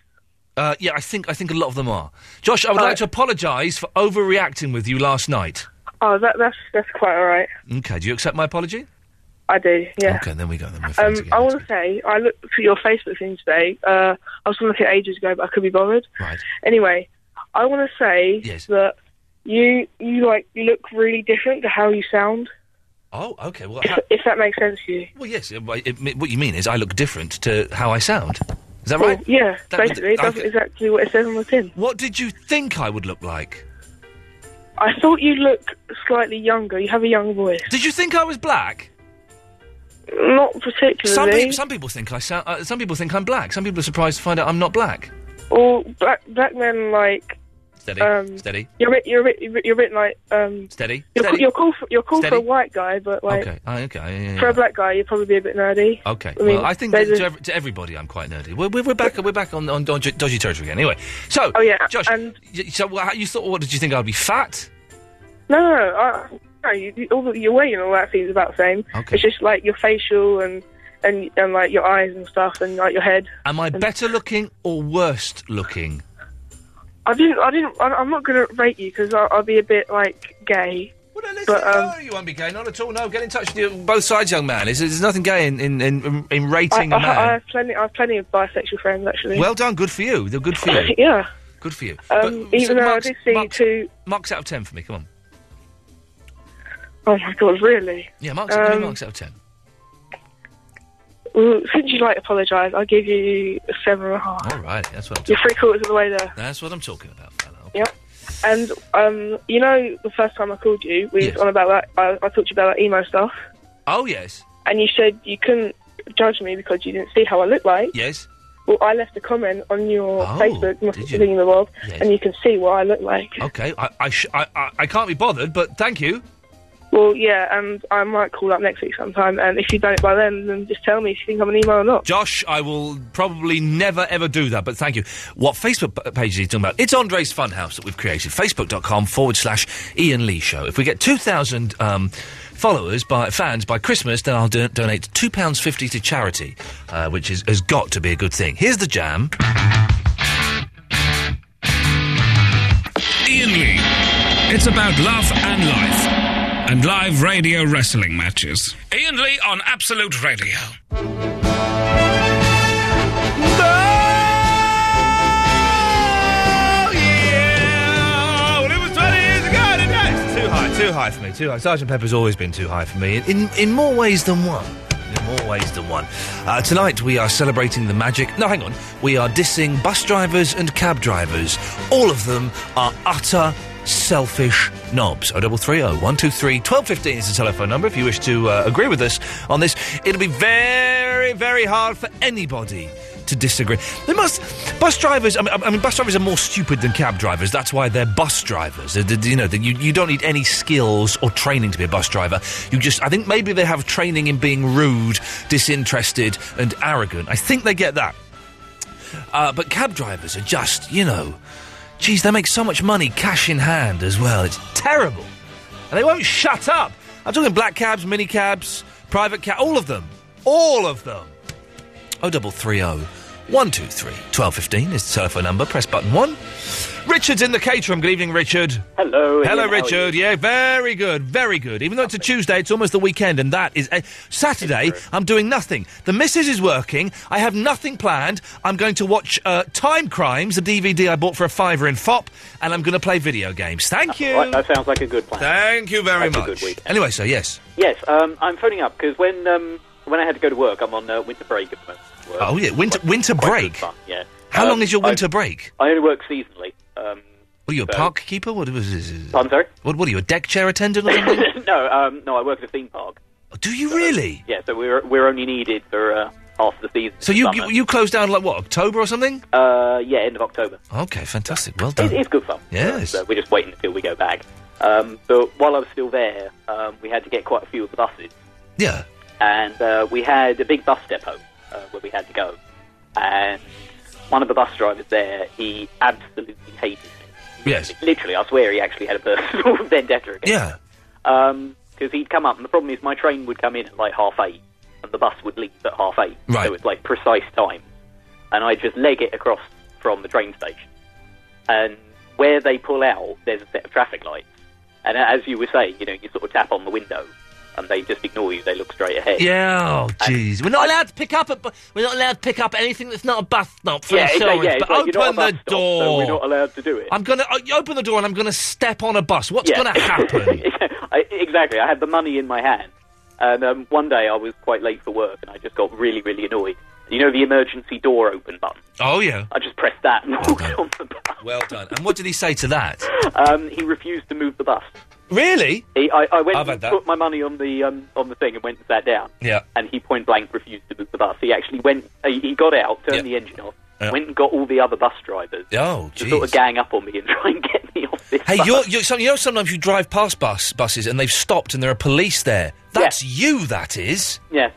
[SPEAKER 1] Uh, yeah, I think I think a lot of them are. Josh, I would like to apologise for overreacting with you last night.
[SPEAKER 14] Oh, that, that's that's quite all right.
[SPEAKER 1] Okay, do you accept my apology?
[SPEAKER 14] I do, yeah.
[SPEAKER 1] Okay, then we go. Then we're
[SPEAKER 14] Um, I want to say, I looked for your Facebook thing today. Uh, I was going to look at it ages ago, but I could be bothered.
[SPEAKER 1] Right.
[SPEAKER 14] Anyway, I want to say
[SPEAKER 1] Yes.
[SPEAKER 14] that you you like look really different to how you sound.
[SPEAKER 1] Oh, okay. Well,
[SPEAKER 14] If,
[SPEAKER 1] ha-
[SPEAKER 14] if that makes sense to you.
[SPEAKER 1] well yes. uh, well, it- it- what you mean is I look different to how I sound. Is that right?
[SPEAKER 14] Well, yeah,
[SPEAKER 1] That-
[SPEAKER 14] basically, it
[SPEAKER 1] I-
[SPEAKER 14] does exactly what it says on the tin.
[SPEAKER 1] What did you think I would look like?
[SPEAKER 14] I thought you look slightly younger. You have a young voice.
[SPEAKER 1] Did you think I was black?
[SPEAKER 14] Not particularly.
[SPEAKER 1] Some, peop some people think I sound. Uh, some people think I'm black. Some people are surprised to find out I'm not black.
[SPEAKER 14] Or black black men like
[SPEAKER 1] Steady,
[SPEAKER 14] Um,
[SPEAKER 1] steady,
[SPEAKER 14] you're a bit you're a bit- you're a bit, you're a bit like um
[SPEAKER 1] steady,
[SPEAKER 14] you're,
[SPEAKER 1] steady.
[SPEAKER 14] you're cool for, you're cool for
[SPEAKER 1] Steady.
[SPEAKER 14] a white guy, but like
[SPEAKER 1] okay, oh, okay, yeah, yeah, yeah.
[SPEAKER 14] for a black guy, you'd probably be a bit nerdy.
[SPEAKER 1] Okay.
[SPEAKER 14] I mean,
[SPEAKER 1] well, I think
[SPEAKER 14] they
[SPEAKER 1] that
[SPEAKER 14] just-
[SPEAKER 1] to, ev- to everybody, I'm quite nerdy. We're, we're, we're back. We're back on, on dodgy, dodgy territory again. Anyway, so
[SPEAKER 14] Oh yeah,
[SPEAKER 1] Josh, y- so wha- how- you thought? What did you think I'd be fat?
[SPEAKER 14] No, no, no. I, no you, you, all the, your weight and all that seems about the same.
[SPEAKER 1] Okay.
[SPEAKER 14] It's just like your facial and and and like your eyes and stuff and like your head.
[SPEAKER 1] Am I better looking or worst looking?
[SPEAKER 14] I didn't. I didn't. I, I'm not gonna rate you because I'll, I'll be a bit like gay. but um,
[SPEAKER 1] no, you won't be gay. Not at all. No, get in touch with you, both sides, young man. There's, there's nothing gay in in, in, in
[SPEAKER 14] I,
[SPEAKER 1] rating a
[SPEAKER 14] I,
[SPEAKER 1] man.
[SPEAKER 14] I have plenty. I have plenty of bisexual friends actually.
[SPEAKER 1] eh? well done. Good for you. They're good for you.
[SPEAKER 14] yeah.
[SPEAKER 1] Good for you.
[SPEAKER 14] Um,
[SPEAKER 1] But- so
[SPEAKER 14] even though I
[SPEAKER 1] marks-
[SPEAKER 14] did see two.
[SPEAKER 1] Marks out of ten for me. Come on.
[SPEAKER 14] Oh my god, really?
[SPEAKER 1] Yeah, marks.
[SPEAKER 14] Um,
[SPEAKER 1] what do you marks out of ten.
[SPEAKER 14] Well, since you like apologise, I'll give you a seven and a half.
[SPEAKER 1] All right. That's what I'm
[SPEAKER 14] You're
[SPEAKER 1] talking.
[SPEAKER 14] three quarters of the way there.
[SPEAKER 1] That's what I'm talking about.
[SPEAKER 14] Yep. And um, you know, the first time I called you, we
[SPEAKER 1] Yes.
[SPEAKER 14] was on about that. I, I talked to you about that emo stuff,
[SPEAKER 1] Oh yes,
[SPEAKER 14] and you said you couldn't judge me because you didn't see how I look like.
[SPEAKER 1] yes.
[SPEAKER 14] Well, I left a comment on your
[SPEAKER 1] Oh,
[SPEAKER 14] Facebook, must
[SPEAKER 1] did
[SPEAKER 14] have
[SPEAKER 1] you?
[SPEAKER 14] seen the world,
[SPEAKER 1] Yes.
[SPEAKER 14] and you can see what I look like.
[SPEAKER 1] Okay, I I, sh- I I I can't be bothered, but thank you.
[SPEAKER 14] Well, yeah, and I might call up next week sometime, and if you don't by then, then just tell me if you think I'm an emo or not.
[SPEAKER 1] Josh, I will probably never ever do that, but thank you. What Facebook p- page is he talking about? It's Andre's Funhouse that we've created. Facebook.com forward slash Ian Lee Show. If we get 2,000 um, followers, by fans by Christmas, then I'll do- donate £2.50 to charity, uh, which is, has got to be a good thing. Here's the jam.
[SPEAKER 15] Ian Lee. It's about love and life. And live radio wrestling matches. Ian Lee on Absolute Radio.
[SPEAKER 1] Oh, well, it was 20 years ago today. It's too high, too high for me, too high. Sergeant Pepper's always been too high for me, in, in more ways than one. In more ways than one. Uh, tonight we are celebrating the magic. No, hang on. We are dissing bus drivers and cab drivers. All of them are utter selfish knobs. Oh, 0330 123 1215 is the telephone number if you wish to uh, agree with us on this. It'll be very, very hard for anybody to disagree. They must. Bus drivers. I mean, I mean, bus drivers are more stupid than cab drivers. That's why they're bus drivers. They're- they're- you know, that you, you don't need any skills or training to be a bus driver. You just. I think maybe they have training in being rude, disinterested, and arrogant. I think they get that. Uh, but cab drivers are just, you know, geez, they make so much money cash in hand as well. It's terrible. And they won't shut up. I'm talking black cabs, mini cabs, private cab, all of them. All of them. Oh, 0330 123 1215 is the telephone number. Press button one. Richard's in the caterum. Good evening, Richard. Hello,
[SPEAKER 16] Hello. Ian, how are
[SPEAKER 1] Richard. Yeah, very good, very good. Even though it's a Tuesday, it's almost the weekend, and that is a Saturday. I'm doing nothing. The missus is working. I have nothing planned. I'm going to watch uh, Time Crimes, the DVD I bought for a fiver in FOP, and I'm going to play video games. Thank you.
[SPEAKER 16] Right, that sounds like a good plan.
[SPEAKER 1] Thank you very
[SPEAKER 16] That's a
[SPEAKER 1] much.
[SPEAKER 16] good week.
[SPEAKER 1] Anyway, so yes.
[SPEAKER 16] Yes, um, I'm phoning up because when um, when I had to go to work, I'm on uh, winter break at the moment. Work.
[SPEAKER 1] Oh yeah, winter winter break.
[SPEAKER 16] Yeah.
[SPEAKER 1] How
[SPEAKER 16] Um,
[SPEAKER 1] long is your
[SPEAKER 16] I-
[SPEAKER 1] winter break?
[SPEAKER 16] I only work seasonally. Um,
[SPEAKER 1] What are you a
[SPEAKER 16] so-
[SPEAKER 1] park keeper? What was this?
[SPEAKER 16] I'm sorry.
[SPEAKER 1] What, what are you a deck chair attendant? Or something?
[SPEAKER 16] no, um, no, I work at a theme park.
[SPEAKER 1] Do you really?
[SPEAKER 16] Yeah, so we're we're only needed for uh, half the season.
[SPEAKER 1] So you,
[SPEAKER 16] summer.
[SPEAKER 1] you you close down like what October or something?
[SPEAKER 16] uh, yeah, end of October.
[SPEAKER 1] Okay, fantastic. Well
[SPEAKER 16] It,
[SPEAKER 1] done.
[SPEAKER 16] it's good fun.
[SPEAKER 1] Yes.
[SPEAKER 16] So we're just waiting until we go back. Um, but while I was still there, um, we had to get quite a few of the buses.
[SPEAKER 1] Yeah.
[SPEAKER 16] And uh, we had a big bus depot uh, where we had to go. And one of the bus drivers there, he absolutely hated me.
[SPEAKER 1] Yes.
[SPEAKER 16] Literally, I swear he actually had a personal vendetta against
[SPEAKER 1] Yeah.
[SPEAKER 16] Because he'd come up, and the problem is my train would come in at like half eight, and the bus would leave at half eight.
[SPEAKER 1] Right.
[SPEAKER 16] So it's like precise time. And I just leg it across from the train station. And where they pull out, there's a set of traffic lights. And as you were saying, you know, you sort of tap on the window, and they just ignore you. They look straight ahead.
[SPEAKER 1] Yeah, oh jeez. We're not allowed to pick up a bu- we're not allowed to pick up anything that's not a bus stop for
[SPEAKER 16] Yeah, it's like-
[SPEAKER 1] insurance.
[SPEAKER 16] yeah, it's
[SPEAKER 1] but
[SPEAKER 16] like you're not a
[SPEAKER 1] open
[SPEAKER 16] bus
[SPEAKER 1] the
[SPEAKER 16] stop, so
[SPEAKER 1] door.
[SPEAKER 16] we're not allowed to do it.
[SPEAKER 1] I'm gonna uh, you open the door and I'm gonna step on a bus. What's gonna happen?
[SPEAKER 16] I, exactly. I had the money in my hand, and um, one day I was quite late for work, and I just got really, really annoyed. You know the emergency door open button.
[SPEAKER 1] oh yeah.
[SPEAKER 16] I just pressed that, and
[SPEAKER 1] Well done. And what did he say to that?
[SPEAKER 16] um, he refused to move the bus.
[SPEAKER 1] Really?
[SPEAKER 16] He, I, I went
[SPEAKER 1] I've
[SPEAKER 16] and
[SPEAKER 1] had that.
[SPEAKER 16] put my money on the um, on the thing and went and sat down,
[SPEAKER 1] Yeah.
[SPEAKER 16] and he point blank refused to move the bus. He actually went. He, he got out, turned the engine off,
[SPEAKER 1] Yeah.
[SPEAKER 16] went and got all the other bus drivers
[SPEAKER 1] Oh,
[SPEAKER 16] to sort of
[SPEAKER 1] jeez.
[SPEAKER 16] gang up on me and try and get me off this.
[SPEAKER 1] Hey,
[SPEAKER 16] bus.
[SPEAKER 1] you're, you're, so- you know sometimes you drive past bus buses and they've stopped and there are police there. That's you, that is.
[SPEAKER 16] Yeah.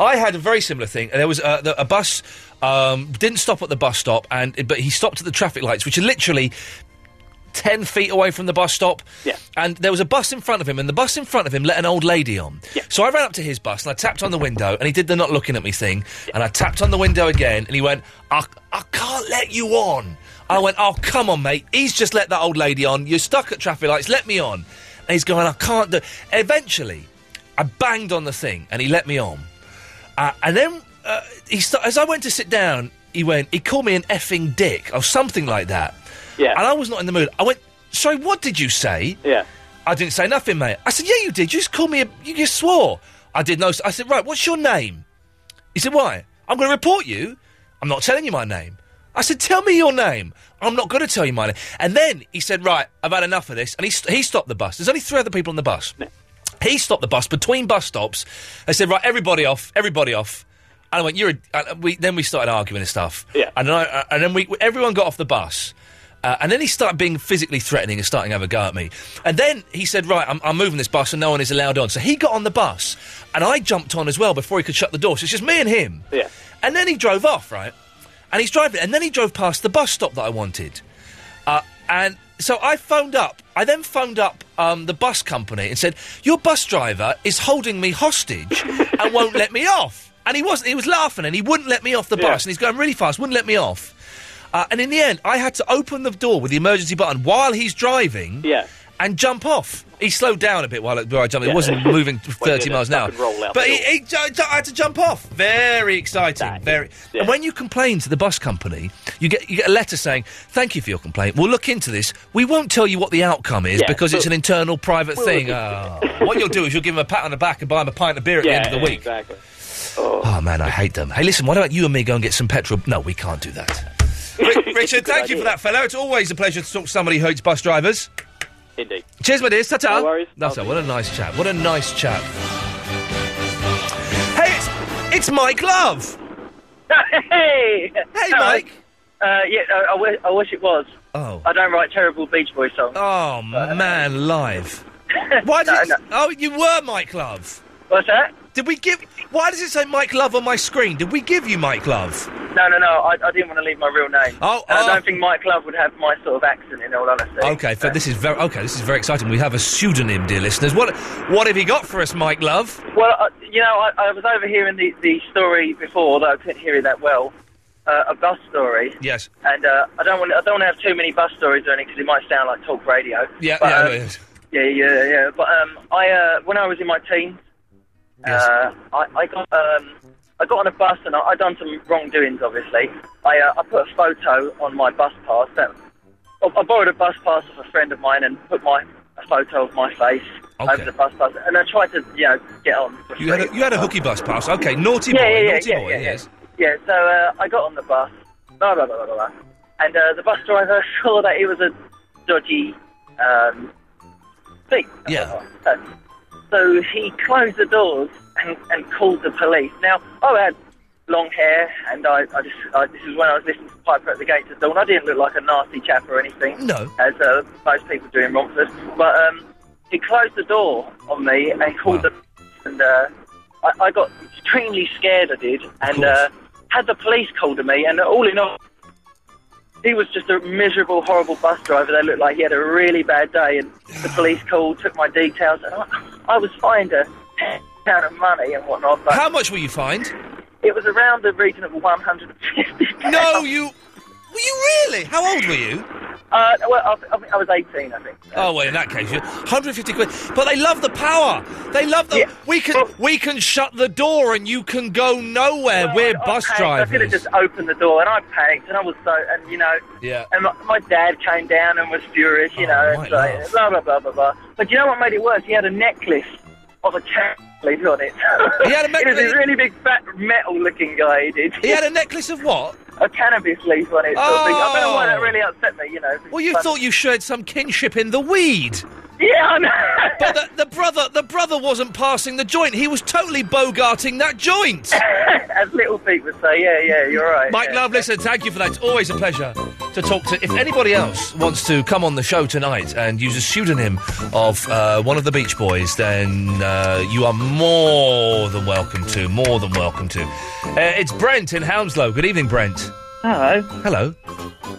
[SPEAKER 1] I had a very similar thing. There was a, the, a bus um, didn't stop at the bus stop, and but he stopped at the traffic lights, which are literally 10 feet away from the bus stop. Yeah. And there was a bus in front of him, and the bus in front of him let an old lady on. Yeah. So I ran up to his bus and I tapped on the window, and he did the not looking at me thing. And I tapped on the window again, and he went, I, I can't let you on. I went, Oh, come on, mate. He's just let that old lady on. You're stuck at traffic lights. Let me on. And he's going, I can't do Eventually, I banged on the thing, and he let me on. Uh, and then uh, he sta- as I went to sit down, he went, he called me an effing dick or something like that. Yeah. And I was not in the mood. I went, sorry, what did you say?
[SPEAKER 16] Yeah.
[SPEAKER 1] I didn't say nothing, mate. I said, yeah, you did. You just called me. A, you just swore. I did no. I said, right, what's your name? He said, why? I'm going to report you. I'm not telling you my name. I said, tell me your name. I'm not going to tell you my name. And then he said, right, I've had enough of this. And he, st- he stopped the bus. There's only three other people on the bus. He stopped the bus between bus stops. I said, right, everybody off, everybody off. And I went, you're a... And we, then we started arguing and stuff. Yeah. And then, I, uh, and then we, everyone got off the bus. Uh, and then he started being physically threatening and starting to have a go at me. And then he said, Right, I'm, I'm moving this bus and no one is allowed on. So he got on the bus and I jumped on as well before he could shut the door. So it's just me and him.
[SPEAKER 16] Yeah.
[SPEAKER 1] And then he drove off, right? And he's driving, and then he drove past the bus stop that I wanted. Uh, and so I phoned up. I then phoned up um, the bus company and said, "Your bus driver is holding me hostage and won't let me off." And he wasn't. He was laughing and he wouldn't let me off the bus. And he's going really fast, wouldn't let me off. Uh, and in the end, I had to open the door with the emergency button while he's driving. Yeah. And jump off. He slowed down a bit while, I- while I jumped. It
[SPEAKER 16] Yeah.
[SPEAKER 1] wasn't moving
[SPEAKER 16] Well,
[SPEAKER 1] 30
[SPEAKER 16] yeah,
[SPEAKER 1] miles an hour.
[SPEAKER 16] fucking roll out
[SPEAKER 1] But
[SPEAKER 16] the
[SPEAKER 1] he,
[SPEAKER 16] door.
[SPEAKER 1] he ju- ju- I had to jump off. Very exciting. very. And when you complain to the bus company, you get you get a letter saying, "Thank you for your complaint. We'll look into this. We won't tell you what the outcome is
[SPEAKER 9] Yeah,
[SPEAKER 1] because it's an
[SPEAKER 9] but-
[SPEAKER 1] internal private
[SPEAKER 9] We'll
[SPEAKER 1] thing."
[SPEAKER 9] look
[SPEAKER 1] Oh.
[SPEAKER 9] into
[SPEAKER 1] what you'll do is you'll give him a pat on the back and buy him a pint of beer at
[SPEAKER 16] yeah,
[SPEAKER 1] the end of the week.
[SPEAKER 16] exactly.
[SPEAKER 1] Oh man, I hate them. Hey, listen, why don't you and me go and get some petrol? No, we can't do that. Ri- Richard, thank you for that, fellow. It's always a pleasure to talk to somebody who hates bus drivers.
[SPEAKER 16] Indeed.
[SPEAKER 1] Cheers, my dears. Ta-ta.
[SPEAKER 16] No worries.
[SPEAKER 1] That's it. What a nice chap. What a nice chap. Hey, it's, it's Mike Love.
[SPEAKER 17] Hey! Hey,
[SPEAKER 1] Mike.
[SPEAKER 17] Uh, yeah, I, I, wish, I wish it was.
[SPEAKER 1] Oh.
[SPEAKER 17] I don't write terrible Beach Boys songs.
[SPEAKER 1] Oh,
[SPEAKER 17] Uh,
[SPEAKER 1] man, live. Why did it, Oh, you were Mike Love.
[SPEAKER 17] What's that?
[SPEAKER 1] Did we give... Why does it say Mike Love on my screen? Did we give you Mike Love?
[SPEAKER 17] No, no, no. I, I didn't want to leave my real name.
[SPEAKER 1] Oh,
[SPEAKER 17] And
[SPEAKER 1] oh.
[SPEAKER 17] I don't think Mike Love would have my sort of accent, in all honesty.
[SPEAKER 1] Okay, so this is very okay. This is very exciting. We have a pseudonym, dear listeners. What what have you got for us, Mike Love?
[SPEAKER 17] Uh, Well, I, you know, I, I was overhearing the, the story before, although I couldn't hear it that well. Uh, a bus story.
[SPEAKER 1] Yes.
[SPEAKER 17] And uh, I don't want I don't want to have too many bus stories or anything because it might sound like talk radio.
[SPEAKER 1] Yeah,
[SPEAKER 17] But,
[SPEAKER 1] yeah,
[SPEAKER 17] um,
[SPEAKER 1] yes.
[SPEAKER 17] Yeah, yeah, yeah. But um, I uh, when I was in my teens,
[SPEAKER 1] Yes.
[SPEAKER 17] uh, I, I got um, I got on a bus and I, I done some wrongdoings. Obviously, I uh, I put a photo on my bus pass. That I, I borrowed a bus pass of a friend of mine and put my a photo of my face
[SPEAKER 1] Okay.
[SPEAKER 17] over the bus pass, and I tried to you know get on. for
[SPEAKER 1] You had a, you had a hooky bus pass. Okay, naughty boy,
[SPEAKER 17] Yeah, yeah, yeah,
[SPEAKER 1] naughty
[SPEAKER 17] yeah,
[SPEAKER 1] boy.
[SPEAKER 17] yeah, yeah.
[SPEAKER 1] yes.
[SPEAKER 17] Yeah, so uh, I got on the bus, blah, blah, blah, blah, blah. And uh, the bus driver saw that it was a dodgy um, thing.
[SPEAKER 1] Yeah.
[SPEAKER 17] So, so he closed the doors and, and called the police. Now, oh, I had long hair, and I, I just, I, this is when I was listening to Piper at the Gates at Dawn. I didn't look like a nasty chap or anything.
[SPEAKER 1] No.
[SPEAKER 17] As uh, most people do in Romford. But um, he closed the door on me and called the and uh, I, I got extremely scared. I did, and uh, had the police called to me. And all in all, he was just a miserable, horrible bus driver. They looked like he had a really bad day, and the police called, took my details, and I, I was fined a pound of money and whatnot. But
[SPEAKER 1] How much were you fined?
[SPEAKER 17] It was around the region of one hundred and fifty.
[SPEAKER 1] No, you. Were you really? How old were you?
[SPEAKER 17] Uh, well, I, I think I was 18, I think.
[SPEAKER 1] Oh well, in that case, you- 150 quid. But they love the power. They love the. We can we can shut the door and you can go nowhere. We're bus
[SPEAKER 17] panicked. I could
[SPEAKER 1] drivers.
[SPEAKER 17] have just opened the door, and I panicked, and I was so, and you know,
[SPEAKER 1] Yeah. Oh,
[SPEAKER 17] and my, my dad came down and was furious, you know, and so, blah blah blah blah blah. But you know what made it worse? He had a necklace of a cat leaf on it.
[SPEAKER 1] He had a
[SPEAKER 17] It was
[SPEAKER 1] necklace-
[SPEAKER 17] a really big fat metal-looking guy. He did.
[SPEAKER 1] He had a necklace of what?
[SPEAKER 17] A cannabis leaf on it. sort of thing. I don't know why that
[SPEAKER 1] Oh.
[SPEAKER 17] really upset me. You know.
[SPEAKER 1] Well, you
[SPEAKER 17] But-
[SPEAKER 1] thought you shared some kinship in the weed.
[SPEAKER 17] Yeah, I know.
[SPEAKER 1] but the, the brother, the brother wasn't passing the joint. He was totally bogarting that joint.
[SPEAKER 17] As little feet would say, yeah, yeah, you're right.
[SPEAKER 1] Mike
[SPEAKER 17] yeah.
[SPEAKER 1] Love, listen, thank you for that. It's always a pleasure to talk to. If anybody else wants to come on the show tonight and use a pseudonym of uh, one of the Beach Boys, then uh, you are more than welcome to. More than welcome to. Uh, it's Brent in Hounslow. Good evening, Brent.
[SPEAKER 18] Hello.
[SPEAKER 1] Hello.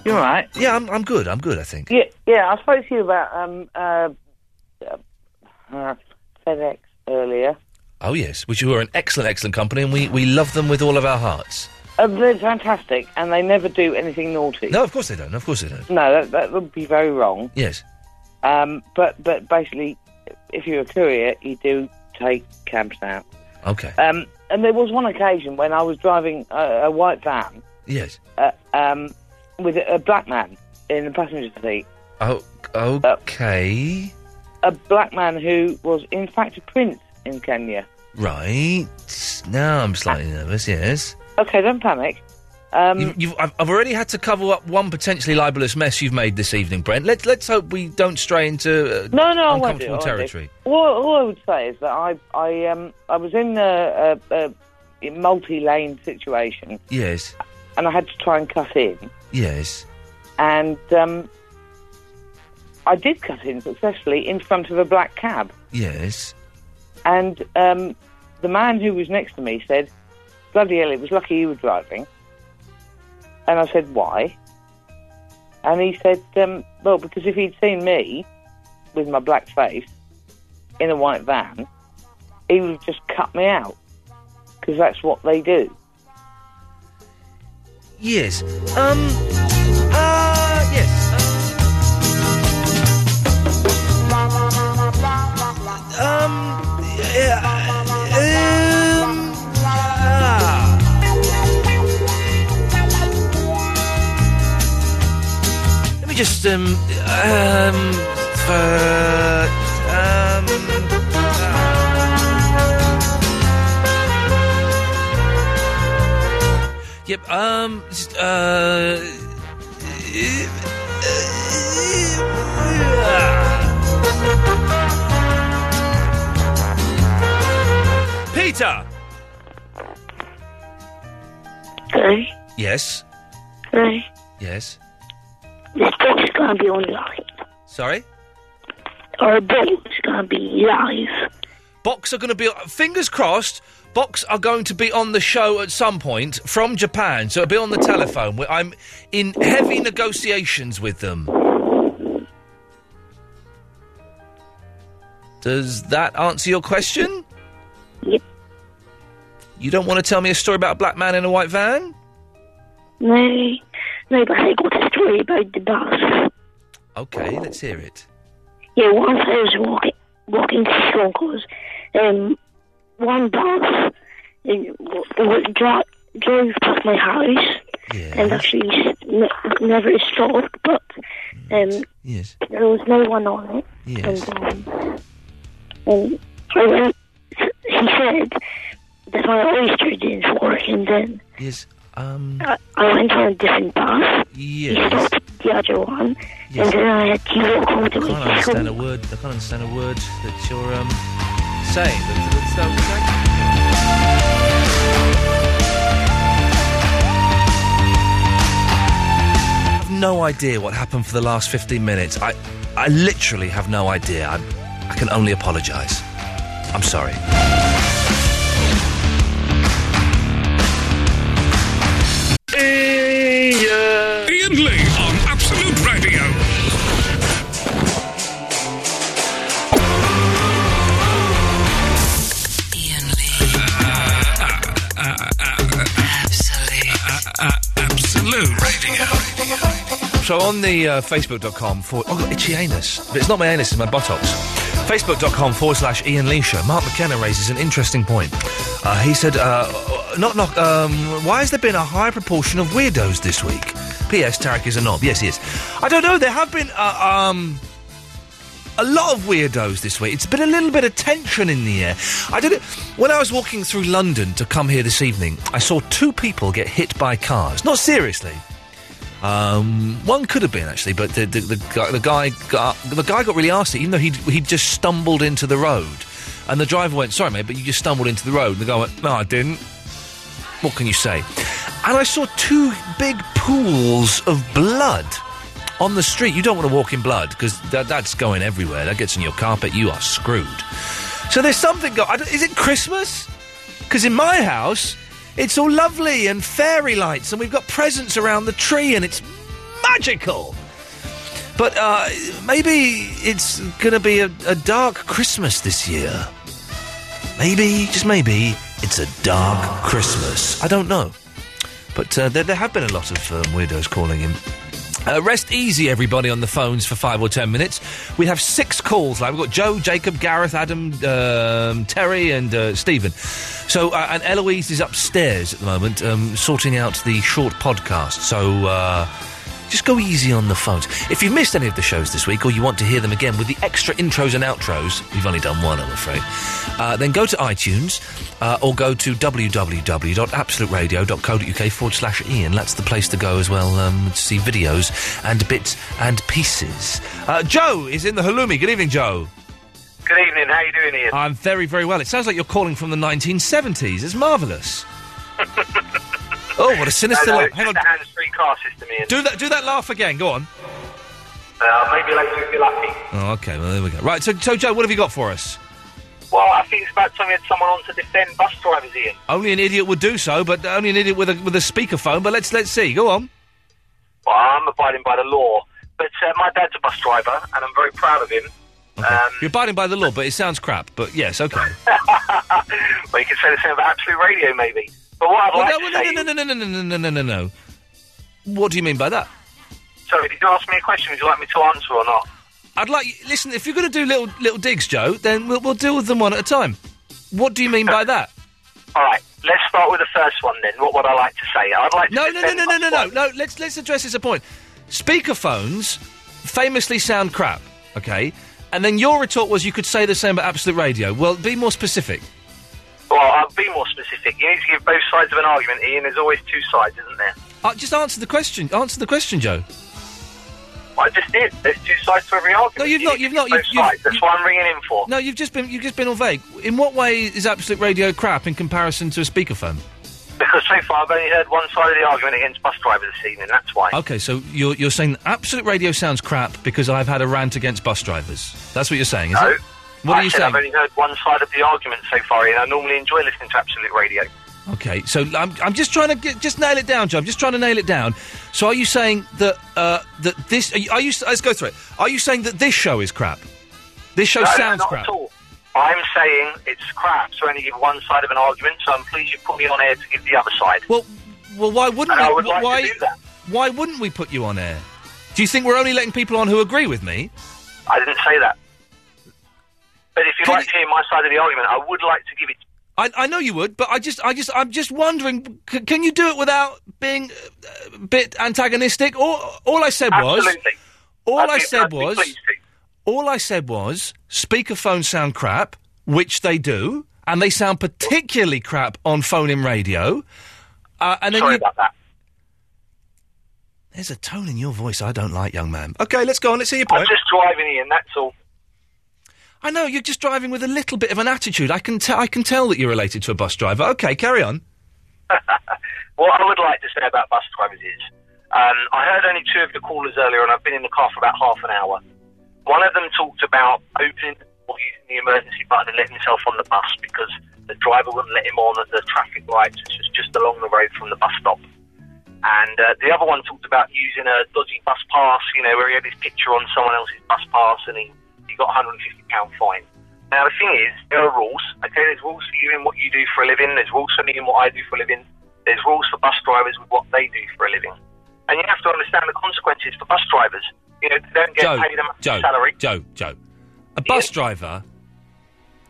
[SPEAKER 18] You all right?
[SPEAKER 1] Yeah, I'm, I'm good. I'm good, I think.
[SPEAKER 18] Yeah, yeah. I spoke to you about um, uh, uh, FedEx earlier.
[SPEAKER 1] Oh, yes. Which you are an excellent, excellent company, and we, we love them with all of our hearts.
[SPEAKER 18] Uh, they're fantastic, and they never do anything naughty.
[SPEAKER 1] No, of course they don't. Of course they don't.
[SPEAKER 18] No, that, that would be very wrong.
[SPEAKER 1] Yes.
[SPEAKER 18] Um, but but basically, if you're a courier, you do take cabs out.
[SPEAKER 1] Okay.
[SPEAKER 18] Um, and there was one occasion when I was driving a, a white van
[SPEAKER 1] Yes.
[SPEAKER 18] uh, um, with a, a black man in the passenger seat.
[SPEAKER 1] Oh, okay.
[SPEAKER 18] A black man who was in fact a prince in Kenya.
[SPEAKER 1] Right. Now I'm slightly nervous, yes.
[SPEAKER 18] Okay, don't panic. Um,
[SPEAKER 1] You've, you've, I've I've already had to cover up one potentially libelous mess you've made this evening, Brent. Let's let's hope we don't stray into uh,
[SPEAKER 18] No, no, I won't
[SPEAKER 1] uncomfortable
[SPEAKER 18] do. it, I won't do it.
[SPEAKER 1] territory.
[SPEAKER 18] All, all I would say is that I, I, um, I was in a, a, a multi-lane situation,
[SPEAKER 1] Yes,
[SPEAKER 18] and I had to try and cut in,
[SPEAKER 1] yes.
[SPEAKER 18] and um, I did cut in successfully in front of a black cab,
[SPEAKER 1] Yes.
[SPEAKER 18] and um, the man who was next to me said, "Bloody hell, it was lucky you were driving," and I said, "Why?" And he said, um, "Well, because if he'd seen me with my black face in a white van." he would have just cut me out because that's what they do.
[SPEAKER 1] Yes. Um. Uh. Yes. Um. Yeah. Um. Ah. Let me just um um uh, um. ah. Yep. Um. Just, uh. Peter.
[SPEAKER 19] Hello?
[SPEAKER 1] Yes.
[SPEAKER 19] Hello?
[SPEAKER 1] Yes.
[SPEAKER 19] This book's gonna be online.
[SPEAKER 1] Sorry.
[SPEAKER 19] Our book's gonna be live.
[SPEAKER 1] Box are going to be. Fingers crossed. Box are going to be on the show at some point from Japan, so it'll be on the telephone. We- I'm in heavy negotiations with them. Does that answer your question?
[SPEAKER 19] Yep.
[SPEAKER 1] You don't want to tell me a story about a black man in a white van?
[SPEAKER 19] No, no, but I got a story about the bus.
[SPEAKER 1] Okay, let's hear it.
[SPEAKER 19] Yeah, once I was walking, walking to Shonko's, um, one bus uh, w- w- dri- drove past my house and actually s- ne- never stopped, but um,
[SPEAKER 1] yes.
[SPEAKER 19] there was no one on it.
[SPEAKER 1] Yes.
[SPEAKER 19] And, um, and I went, he said that my oyster didn't work, and then
[SPEAKER 1] Yes. Um.
[SPEAKER 19] I, I went on a different bus. He
[SPEAKER 1] Yes.
[SPEAKER 19] stopped the other one,
[SPEAKER 1] Yes.
[SPEAKER 19] and then I had to walk home to
[SPEAKER 1] I can't
[SPEAKER 19] my
[SPEAKER 1] understand
[SPEAKER 19] school.
[SPEAKER 1] a word. I can't understand a word that you're um, saying. But let's, um, I have no idea what happened for the last 15 minutes. I, I literally have no idea. I, I can only apologise. I'm sorry. Ian.
[SPEAKER 15] Lee on Absolute Radio. Absolute. Absolute Radio.
[SPEAKER 1] So on the uh, facebook.com for oh, I've got itchy anus, but it's not my anus, it's my buttocks. Facebook.com forward slash Ian Lee Show. Mark McKenna raises an interesting point. Uh, he said, uh, "Not knock. Um, why has there been a high proportion of weirdos this week?" P.S. Tarek is a knob. Yes, he is. I don't know. There have been uh, um, a lot of weirdos this week. It's been a little bit of tension in the air. I did it when I was walking through London to come here this evening. I saw two people get hit by cars. Not seriously. Um, one could have been actually, but the the, the, guy, the guy got, the guy got really arsey, even though he he just stumbled into the road, and the driver went, "Sorry, mate, but you just stumbled into the road." And the guy went, "No, I didn't." What can you say? And I saw two big pools of blood on the street. You don't want to walk in blood because that, that's going everywhere. That gets in your carpet. You are screwed. So there's something. Go- I don't- is it Christmas? Because in my house, it's all lovely and fairy lights, and we've got presents around the tree, and it's magical. But uh, maybe it's going to be a, a dark Christmas this year. Maybe, just maybe, it's a dark Christmas. I don't know. But uh, there, there have been a lot of um, weirdos calling in. Uh, rest easy, everybody, on the phones for five or ten minutes. We have six calls. Like we've got Joe, Jacob, Gareth, Adam, um, Terry, and uh, Stephen. So, uh, and Eloise is upstairs at the moment, um, sorting out the short podcast. So. Uh, just go easy on the phones. If you've missed any of the shows this week or you want to hear them again with the extra intros and outros, you've only done one, I'm afraid, uh, then go to iTunes uh, or go to www.absoluteradio.co.uk forward slash Ian. That's the place to go as well um, to see videos and bits and pieces. Uh, Joe is in the Halloumi. Good evening, Joe.
[SPEAKER 20] Good evening. How you doing, Ian?
[SPEAKER 1] I'm very, very well. It sounds like you're calling from the 1970s. It's marvellous. oh, what a sinister
[SPEAKER 20] Hello,
[SPEAKER 1] laugh.
[SPEAKER 20] it's
[SPEAKER 1] Hang on.
[SPEAKER 20] The hands-free car system, Ian.
[SPEAKER 1] Do that, do that laugh again. Go on.
[SPEAKER 20] Uh, maybe later if you're lucky.
[SPEAKER 1] Oh, okay. Well, there we go. Right. So, so Joe, what have you got for us?
[SPEAKER 20] Well, I think it's about time we had someone on to defend bus drivers, Ian.
[SPEAKER 1] Only an idiot would do so, but only an idiot with a with a speakerphone. But let's let's see. Go on.
[SPEAKER 20] Well, I'm abiding by the law, but uh, my dad's a bus driver, and I'm very proud of him. Um,
[SPEAKER 1] You're abiding by the law, but it sounds crap. But yes, okay.
[SPEAKER 20] well, you could say the same about Absolute Radio, maybe. But what I'd
[SPEAKER 1] Well,
[SPEAKER 20] like
[SPEAKER 1] no,
[SPEAKER 20] to say,
[SPEAKER 1] no, no, no, no, no, no, no, no, no, no. What do you mean by that?
[SPEAKER 20] sorry, did you ask me a question? Would you like me to answer or not?
[SPEAKER 1] I'd like you- listen. If you're going to do little little digs, Joe, then we'll, we'll deal with them one at a time. What do you mean by that?
[SPEAKER 20] All right, let's start with the first one then. What would I like to say? I'd like to
[SPEAKER 1] No, no, no,
[SPEAKER 20] defend
[SPEAKER 1] no, no, no,
[SPEAKER 20] bus
[SPEAKER 1] no, no. Let's let's address this at point. Speakerphones famously sound crap. Okay, and then your retort was you could say the same about Absolute Radio. Well, be more specific.
[SPEAKER 20] Well, I'll be more specific. You need to give both sides of an argument, Ian. There's always two sides, isn't there?
[SPEAKER 1] Uh, just answer the question. Answer the question, Joe.
[SPEAKER 20] I just did. There's two sides to every argument.
[SPEAKER 1] No, you've
[SPEAKER 20] You
[SPEAKER 1] not.
[SPEAKER 20] need
[SPEAKER 1] You've
[SPEAKER 20] to
[SPEAKER 1] not.
[SPEAKER 20] give
[SPEAKER 1] You've,
[SPEAKER 20] both
[SPEAKER 1] you've-
[SPEAKER 20] sides. That's
[SPEAKER 1] you-
[SPEAKER 20] what I'm ringing in for.
[SPEAKER 1] No, you've just been. You've just been all vague. In what way is Absolute Radio crap in comparison to a speakerphone?
[SPEAKER 20] Because so far I've only heard one side of the argument against bus drivers this evening. That's why.
[SPEAKER 1] Okay, so you're you're saying Absolute Radio sounds crap because I've had a rant against bus drivers. That's what you're saying, is
[SPEAKER 20] No.
[SPEAKER 1] it? What
[SPEAKER 20] I
[SPEAKER 1] are you
[SPEAKER 20] said
[SPEAKER 1] saying?
[SPEAKER 20] I've only heard one side of the argument so far, Ian. I normally enjoy listening to Absolute Radio.
[SPEAKER 1] Okay, so I'm, I'm just trying to get, just nail it down, Joe. I'm just trying to nail it down. So are you saying that uh, that this? Are you, are you? Let's go through it. Are you saying that this show is crap? This show
[SPEAKER 20] no,
[SPEAKER 1] sounds
[SPEAKER 20] no, not
[SPEAKER 1] crap.
[SPEAKER 20] At all. I'm saying it's crap, so I only give one side of an argument, so I'm pleased you put me on air to give the other side.
[SPEAKER 1] Well, well, why wouldn't
[SPEAKER 20] And
[SPEAKER 1] we?
[SPEAKER 20] I would
[SPEAKER 1] wh-
[SPEAKER 20] like to
[SPEAKER 1] why,
[SPEAKER 20] do that.
[SPEAKER 1] why wouldn't we put you on air? Do you think we're only letting people on who agree with me?
[SPEAKER 20] I didn't say that. But if you'd like to hear my side of the argument, I would like to give it
[SPEAKER 1] I, I know you would, but I just, I just, I'm just wondering. C- can you do it without being uh, a bit antagonistic? Or all I said was,
[SPEAKER 20] Absolutely.
[SPEAKER 1] all
[SPEAKER 20] I'd be-
[SPEAKER 1] I
[SPEAKER 20] I'd
[SPEAKER 1] said
[SPEAKER 20] be
[SPEAKER 1] was,
[SPEAKER 20] pleased to.
[SPEAKER 1] all I said was, speakerphone sound crap, which they do, and they sound particularly crap on phone-in radio. Uh, and then
[SPEAKER 20] Sorry
[SPEAKER 1] you,
[SPEAKER 20] about that.
[SPEAKER 1] There's a tone in your voice I don't like, young man. Oh, Okay, let's go on. Let's hear your
[SPEAKER 20] I'm
[SPEAKER 1] point.
[SPEAKER 20] just driving Ian, that's all.
[SPEAKER 1] I know you're just driving with a little bit of an attitude. I can tell. I can tell that you're related to a bus driver. Okay, carry on.
[SPEAKER 20] What I would like to say about bus drivers is, um, I heard only two of the callers earlier, and I've been in the car for about half an hour. One of them talked about opening or using the emergency button and letting himself on the bus because the driver wouldn't let him on at the traffic lights, which was just along the road from the bus stop. And uh, the other one talked about using a dodgy bus pass, you know, where he had his picture on someone else's bus pass and he, he got a £150 fine. Now, the thing is, there are rules. Okay, there's rules for you in what you do for a living, there's rules for me in what I do for a living, there's rules for bus drivers with what they do for a living. And you have to understand the consequences allowances for bus drivers. You know, they don't get
[SPEAKER 1] Joe,
[SPEAKER 20] paid a monthly
[SPEAKER 1] Joe,
[SPEAKER 20] salary.
[SPEAKER 1] Joe, Joe. A bus driver,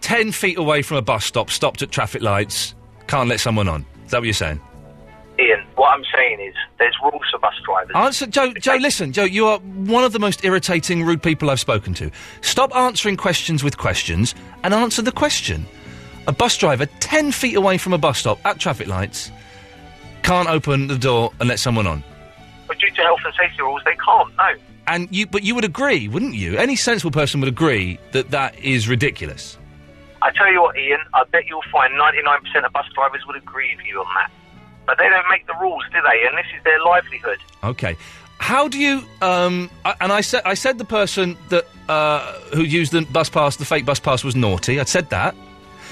[SPEAKER 1] 10 feet away from a bus stop, stopped at traffic lights, can't let someone on. Is that what you're saying?
[SPEAKER 20] Ian, what I'm saying is there's rules for bus drivers.
[SPEAKER 1] Answer, Joe, Joe, listen, Joe, you are one of the most irritating, rude people I've spoken to. Stop answering questions with questions and answer the question. A bus driver 10 feet away from a bus stop at traffic lights can't open the door and let someone on.
[SPEAKER 20] But due to health and safety rules, they can't, no.
[SPEAKER 1] And you, but you would agree, wouldn't you? Any sensible person would agree that that is ridiculous.
[SPEAKER 20] I tell you what, Ian, I bet you'll find 99% of bus drivers would agree with you on that. But they don't make the rules, do they? And this is their livelihood.
[SPEAKER 1] Okay. How do you? Um, I, and I said, I said the person that uh, who used the bus pass, the fake bus pass, was naughty. I said that.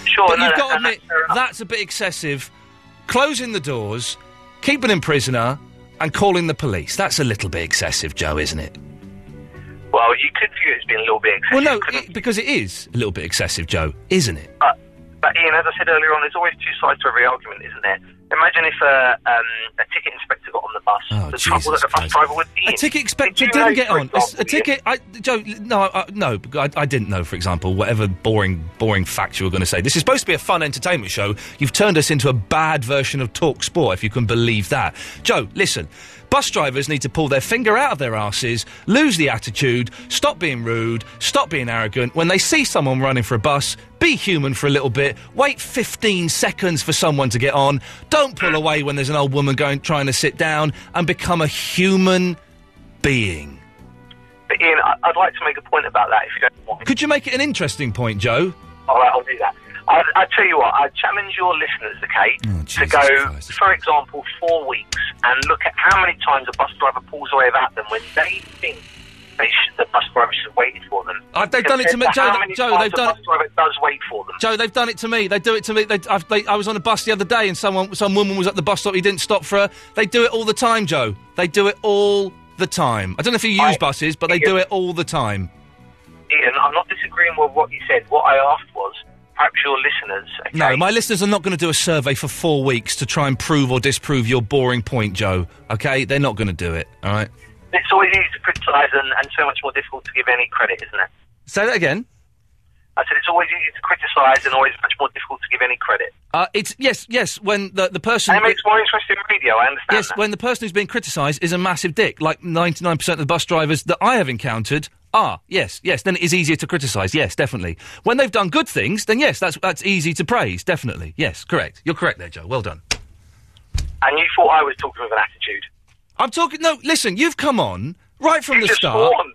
[SPEAKER 20] Sure,
[SPEAKER 1] but
[SPEAKER 20] no, no,
[SPEAKER 1] you've got to
[SPEAKER 20] no,
[SPEAKER 1] admit that's a bit excessive. Closing the doors, keeping him prisoner, and calling the police. That's a little bit excessive, Joe, isn't it?
[SPEAKER 20] Well, you could view it as being a little bit excessive.
[SPEAKER 1] Well, no, it, because it is a little bit excessive, Joe, isn't it?
[SPEAKER 20] But, but Ian, as I said earlier on, there's always two sides to every argument, isn't there? Imagine if a, um, a ticket inspector got on the bus. the trouble that a bus driver would be
[SPEAKER 1] Oh, A
[SPEAKER 20] in.
[SPEAKER 1] ticket inspector
[SPEAKER 20] Did you
[SPEAKER 1] didn't
[SPEAKER 20] know,
[SPEAKER 1] get
[SPEAKER 20] for
[SPEAKER 1] on. A s-
[SPEAKER 20] example,
[SPEAKER 1] A, ticket, I, Joe. No, I, I- no, I, I didn't know. For example, whatever boring, boring fact you were going to say. This is supposed to be a fun entertainment show. You've turned us into a bad version of Talk Sport, if you can believe that. Joe, listen. Bus drivers need to pull their finger out of their asses, lose the attitude, stop being rude, stop being arrogant. When they see someone running for a bus, be human for a little bit. Wait 15 seconds for someone to get on. Don't pull away when there's an old woman going trying to sit down and become a human being.
[SPEAKER 20] But Ian, I- I'd like to make a point about that if you don't mind.
[SPEAKER 1] Could you make it an interesting point, Joe?
[SPEAKER 20] All right, I'll do that. I, I tell you what, I challenge your listeners, okay,
[SPEAKER 1] Oh,
[SPEAKER 20] to go, for example, four weeks and look at how many times a bus driver pulls away about them when they think they should, the bus driver should wait for them.
[SPEAKER 1] Uh, they've done it to me-
[SPEAKER 20] compared
[SPEAKER 1] Joe,
[SPEAKER 20] How
[SPEAKER 1] they-
[SPEAKER 20] many
[SPEAKER 1] Joe,
[SPEAKER 20] times
[SPEAKER 1] they've
[SPEAKER 20] a
[SPEAKER 1] done
[SPEAKER 20] bus driver does wait for them?
[SPEAKER 1] Joe, they've done it to me. They do it to me. They, I, they, I was on a bus the other day and someone, some woman was at the bus stop. He didn't stop for her. They do it all the time, Joe. They do it all the time. I don't know if you use buses, but they do it all the time.
[SPEAKER 20] Ian, I'm not disagreeing with what you said. What I asked was perhaps your listeners.
[SPEAKER 1] No, my listeners are not going to do a survey for four weeks to try and prove or disprove your boring point, Joe. Okay, they're not going to do it. All right.
[SPEAKER 20] It's always easy to criticise and, and so much more difficult to give any credit, isn't it?
[SPEAKER 1] Say that again.
[SPEAKER 20] I said it's always easy to criticise and always much more difficult to give any credit.
[SPEAKER 1] Uh, it's yes, yes. When the the person
[SPEAKER 20] And it makes more interesting radio. I understand.
[SPEAKER 1] yes, when the person who's being criticised is a massive dick, like ninety nine percent of the bus drivers that I have encountered are. Yes, yes. Then it is easier to criticise. Yes, definitely. When they've done good things, then yes, that's that's easy to praise. Definitely. Yes, correct. You're correct there, Joe. Well done.
[SPEAKER 20] And you thought I was talking with an attitude.
[SPEAKER 1] I'm talking. No, listen. You've come on right from
[SPEAKER 20] You
[SPEAKER 1] the
[SPEAKER 20] just
[SPEAKER 1] start.
[SPEAKER 20] sworn.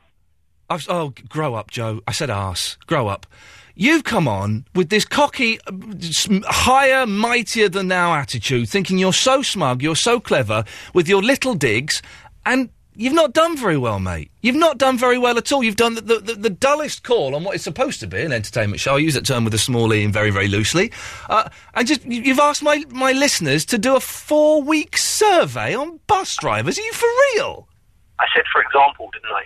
[SPEAKER 1] I've, s- oh, g- grow up, Joe. I said arse. Grow up. You've come on with this cocky, uh, sm- higher, mightier than thou attitude, thinking you're so smug, you're so clever with your little digs, and you've not done very well, mate. You've not done very well at all. You've done the, the, the, the dullest call on what is supposed to be an entertainment show. I use that term with a small e and very, very loosely. Uh, and just you- you've asked my, my listeners to do a four week survey on bus drivers. Are you for real?
[SPEAKER 20] I said, for example, didn't I?